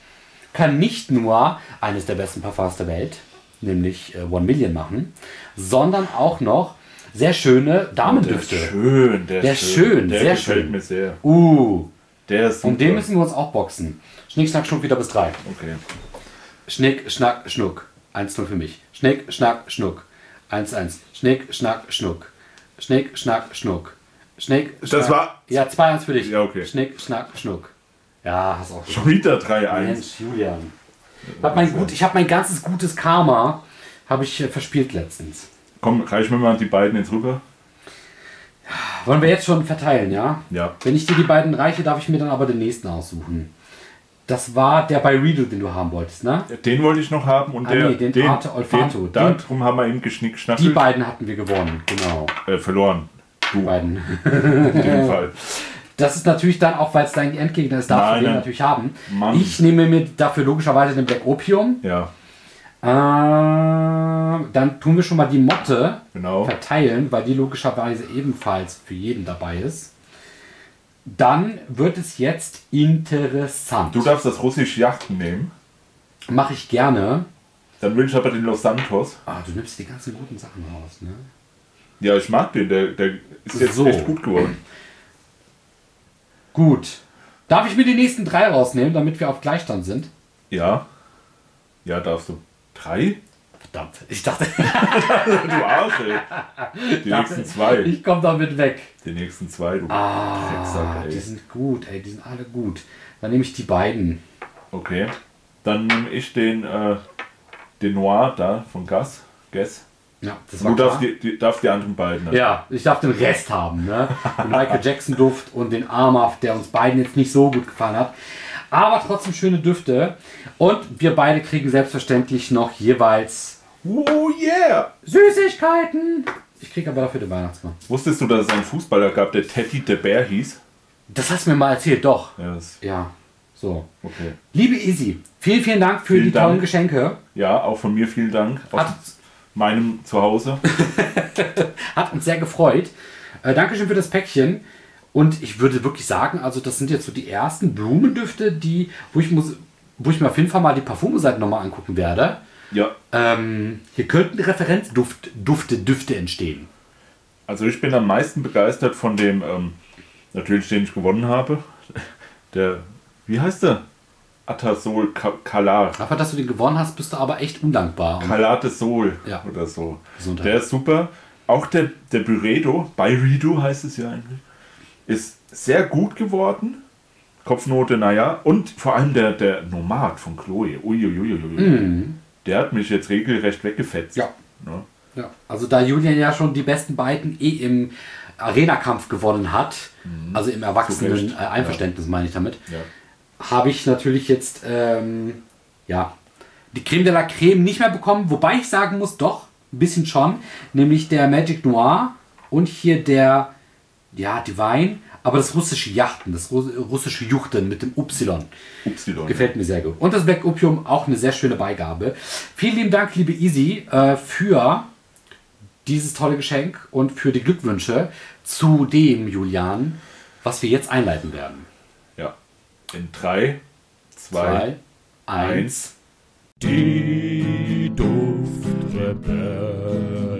B: kann nicht nur eines der besten Parfums der Welt, nämlich äh, One Million machen, sondern auch noch sehr schöne
A: Der ist
B: Damendüfte.
A: schön. Der,
B: Der ist schön,
A: Der
B: sehr
A: gefällt
B: schön.
A: mir sehr.
B: Uh,
A: Der ist super.
B: um den müssen wir uns auch boxen. Schnick, schnack, schnuck, wieder bis drei.
A: okay.
B: Schnick, schnack, schnuck. 1-0 für mich. Schnick, schnack, schnuck. 1-1. Schnick, schnack, schnuck. Schnick, schnack, schnuck. Schnick, schnack.
A: war-
B: Ja, 2-1 für dich.
A: Ja, okay.
B: Schnick, schnack, schnuck. Ja, hast auch schon.
A: Schon wieder 3-1.
B: Mensch, Julian. Ich hab mein, gut, ich hab mein ganzes gutes Karma habe ich äh, verspielt letztens.
A: Komm, reich mir mal die beiden jetzt rüber.
B: Wollen wir jetzt schon verteilen, ja?
A: Ja.
B: Wenn ich dir die beiden reiche, darf ich mir dann aber den nächsten aussuchen. Das war der bei Redo, den du haben wolltest, ne?
A: Den wollte ich noch haben und
B: Ah,
A: der.
B: nee, den Arte Olfato.
A: Den, darum haben wir eben geschnickschnackt.
B: Die beiden hatten wir gewonnen, genau.
A: Äh, verloren.
B: Die beiden.
A: In dem Fall.
B: Das ist natürlich dann auch, weil es dein Endgegner ist, darfst
A: Nein,
B: du den
A: nein.
B: natürlich haben.
A: Mann.
B: Ich nehme mir dafür logischerweise den Black Opium.
A: Ja,
B: Ähm, dann tun wir schon mal die Motte
A: genau.
B: verteilen, weil die logischerweise ebenfalls für jeden dabei ist. Dann wird es jetzt interessant.
A: Du darfst das russische Yachten nehmen.
B: Mache ich gerne.
A: Dann will ich aber den Los Santos.
B: Ah, du nimmst die ganzen guten Sachen raus, ne?
A: Ja, ich mag den. Der, der ist jetzt
B: So.
A: echt gut geworden.
B: Gut. Darf ich mir die nächsten drei rausnehmen, damit wir auf Gleichstand sind?
A: Ja. Ja, darfst du. Drei?
B: Verdammt. Ich dachte,
A: Du Arsch, ey. Die nächsten zwei.
B: ich komme damit weg.
A: Die nächsten zwei, du
B: Ah,
A: Drecksack,
B: die
A: ey.
B: sind gut, ey, die sind alle gut. Dann nehme ich die beiden.
A: Okay. Dann nehme ich den, äh, den Noir da von Gas. Guess.
B: Ja, das
A: Du
B: war
A: darfst
B: klar.
A: die, die, darfst die anderen beiden. ne?
B: Ja, ich darf den Rest haben. Ne? Den Michael Jackson Duft und den Armaf, der uns beiden jetzt nicht so gut gefallen hat. Aber trotzdem schöne Düfte. Und wir beide kriegen selbstverständlich noch jeweils
A: Oh yeah!
B: Süßigkeiten. Ich kriege aber dafür den Weihnachtsmann.
A: Wusstest du, dass es einen Fußballer gab, der Teddy der Bär hieß?
B: Das hast du mir mal erzählt, doch.
A: Ja, das,
B: Ja, so.
A: okay.
B: Liebe Izzy, vielen, vielen Dank für
A: Vielen
B: die
A: Dank.
B: tollen Geschenke.
A: ja, auch von mir vielen Dank. Aus
B: Hat-
A: meinem Zuhause.
B: Hat uns sehr gefreut. Äh, Dankeschön für das Päckchen. Und ich würde wirklich sagen, also das sind jetzt so die ersten Blumendüfte, die, wo ich muss, wo ich mir auf jeden Fall mal die Parfumseite nochmal angucken werde.
A: Ja,
B: Ähm, hier könnten Referenzdufte, Dufte, Düfte entstehen.
A: also ich bin am meisten begeistert von dem, ähm, natürlich den ich gewonnen habe. Der, wie heißt der? Atasol Ka- Kalar.
B: Dafür, dass du den gewonnen hast, bist du aber echt undankbar. Und
A: Kalate Sol
B: Ja.
A: oder so.
B: Gesundheit.
A: Der ist super. Auch der, der Byredo, Byredo heißt es ja eigentlich, ist sehr gut geworden. Kopfnote, naja. Und vor allem der, der Nomad von Chloe. Uiuiuiui. Der hat mich jetzt regelrecht weggefetzt.
B: Mhm. Ja.
A: Ne?
B: Ja, also da Julian ja schon die besten beiden eh im Arena-Kampf gewonnen hat, also im
A: Zu
B: erwachsenen äh,
A: Mhm. Recht.
B: Einverständnis meine ich damit,
A: Ja.
B: habe ich natürlich jetzt ähm, ja die Creme de la Creme nicht mehr bekommen, wobei ich sagen muss, doch, ein bisschen schon, nämlich der Magic Noir und hier der ja, Divine, aber das russische Yachten, das Ru- russische Juchten mit dem Y.
A: Y.
B: Gefällt mir sehr gut. Und das Black Opium, auch eine sehr schöne Beigabe. Vielen lieben Dank, liebe Easy, äh, für dieses tolle Geschenk und für die Glückwünsche zu dem, Julian, was wir jetzt einleiten werden.
A: Ja. In 3, 2,
B: Zwei, eins.
A: Die Duftrebellen.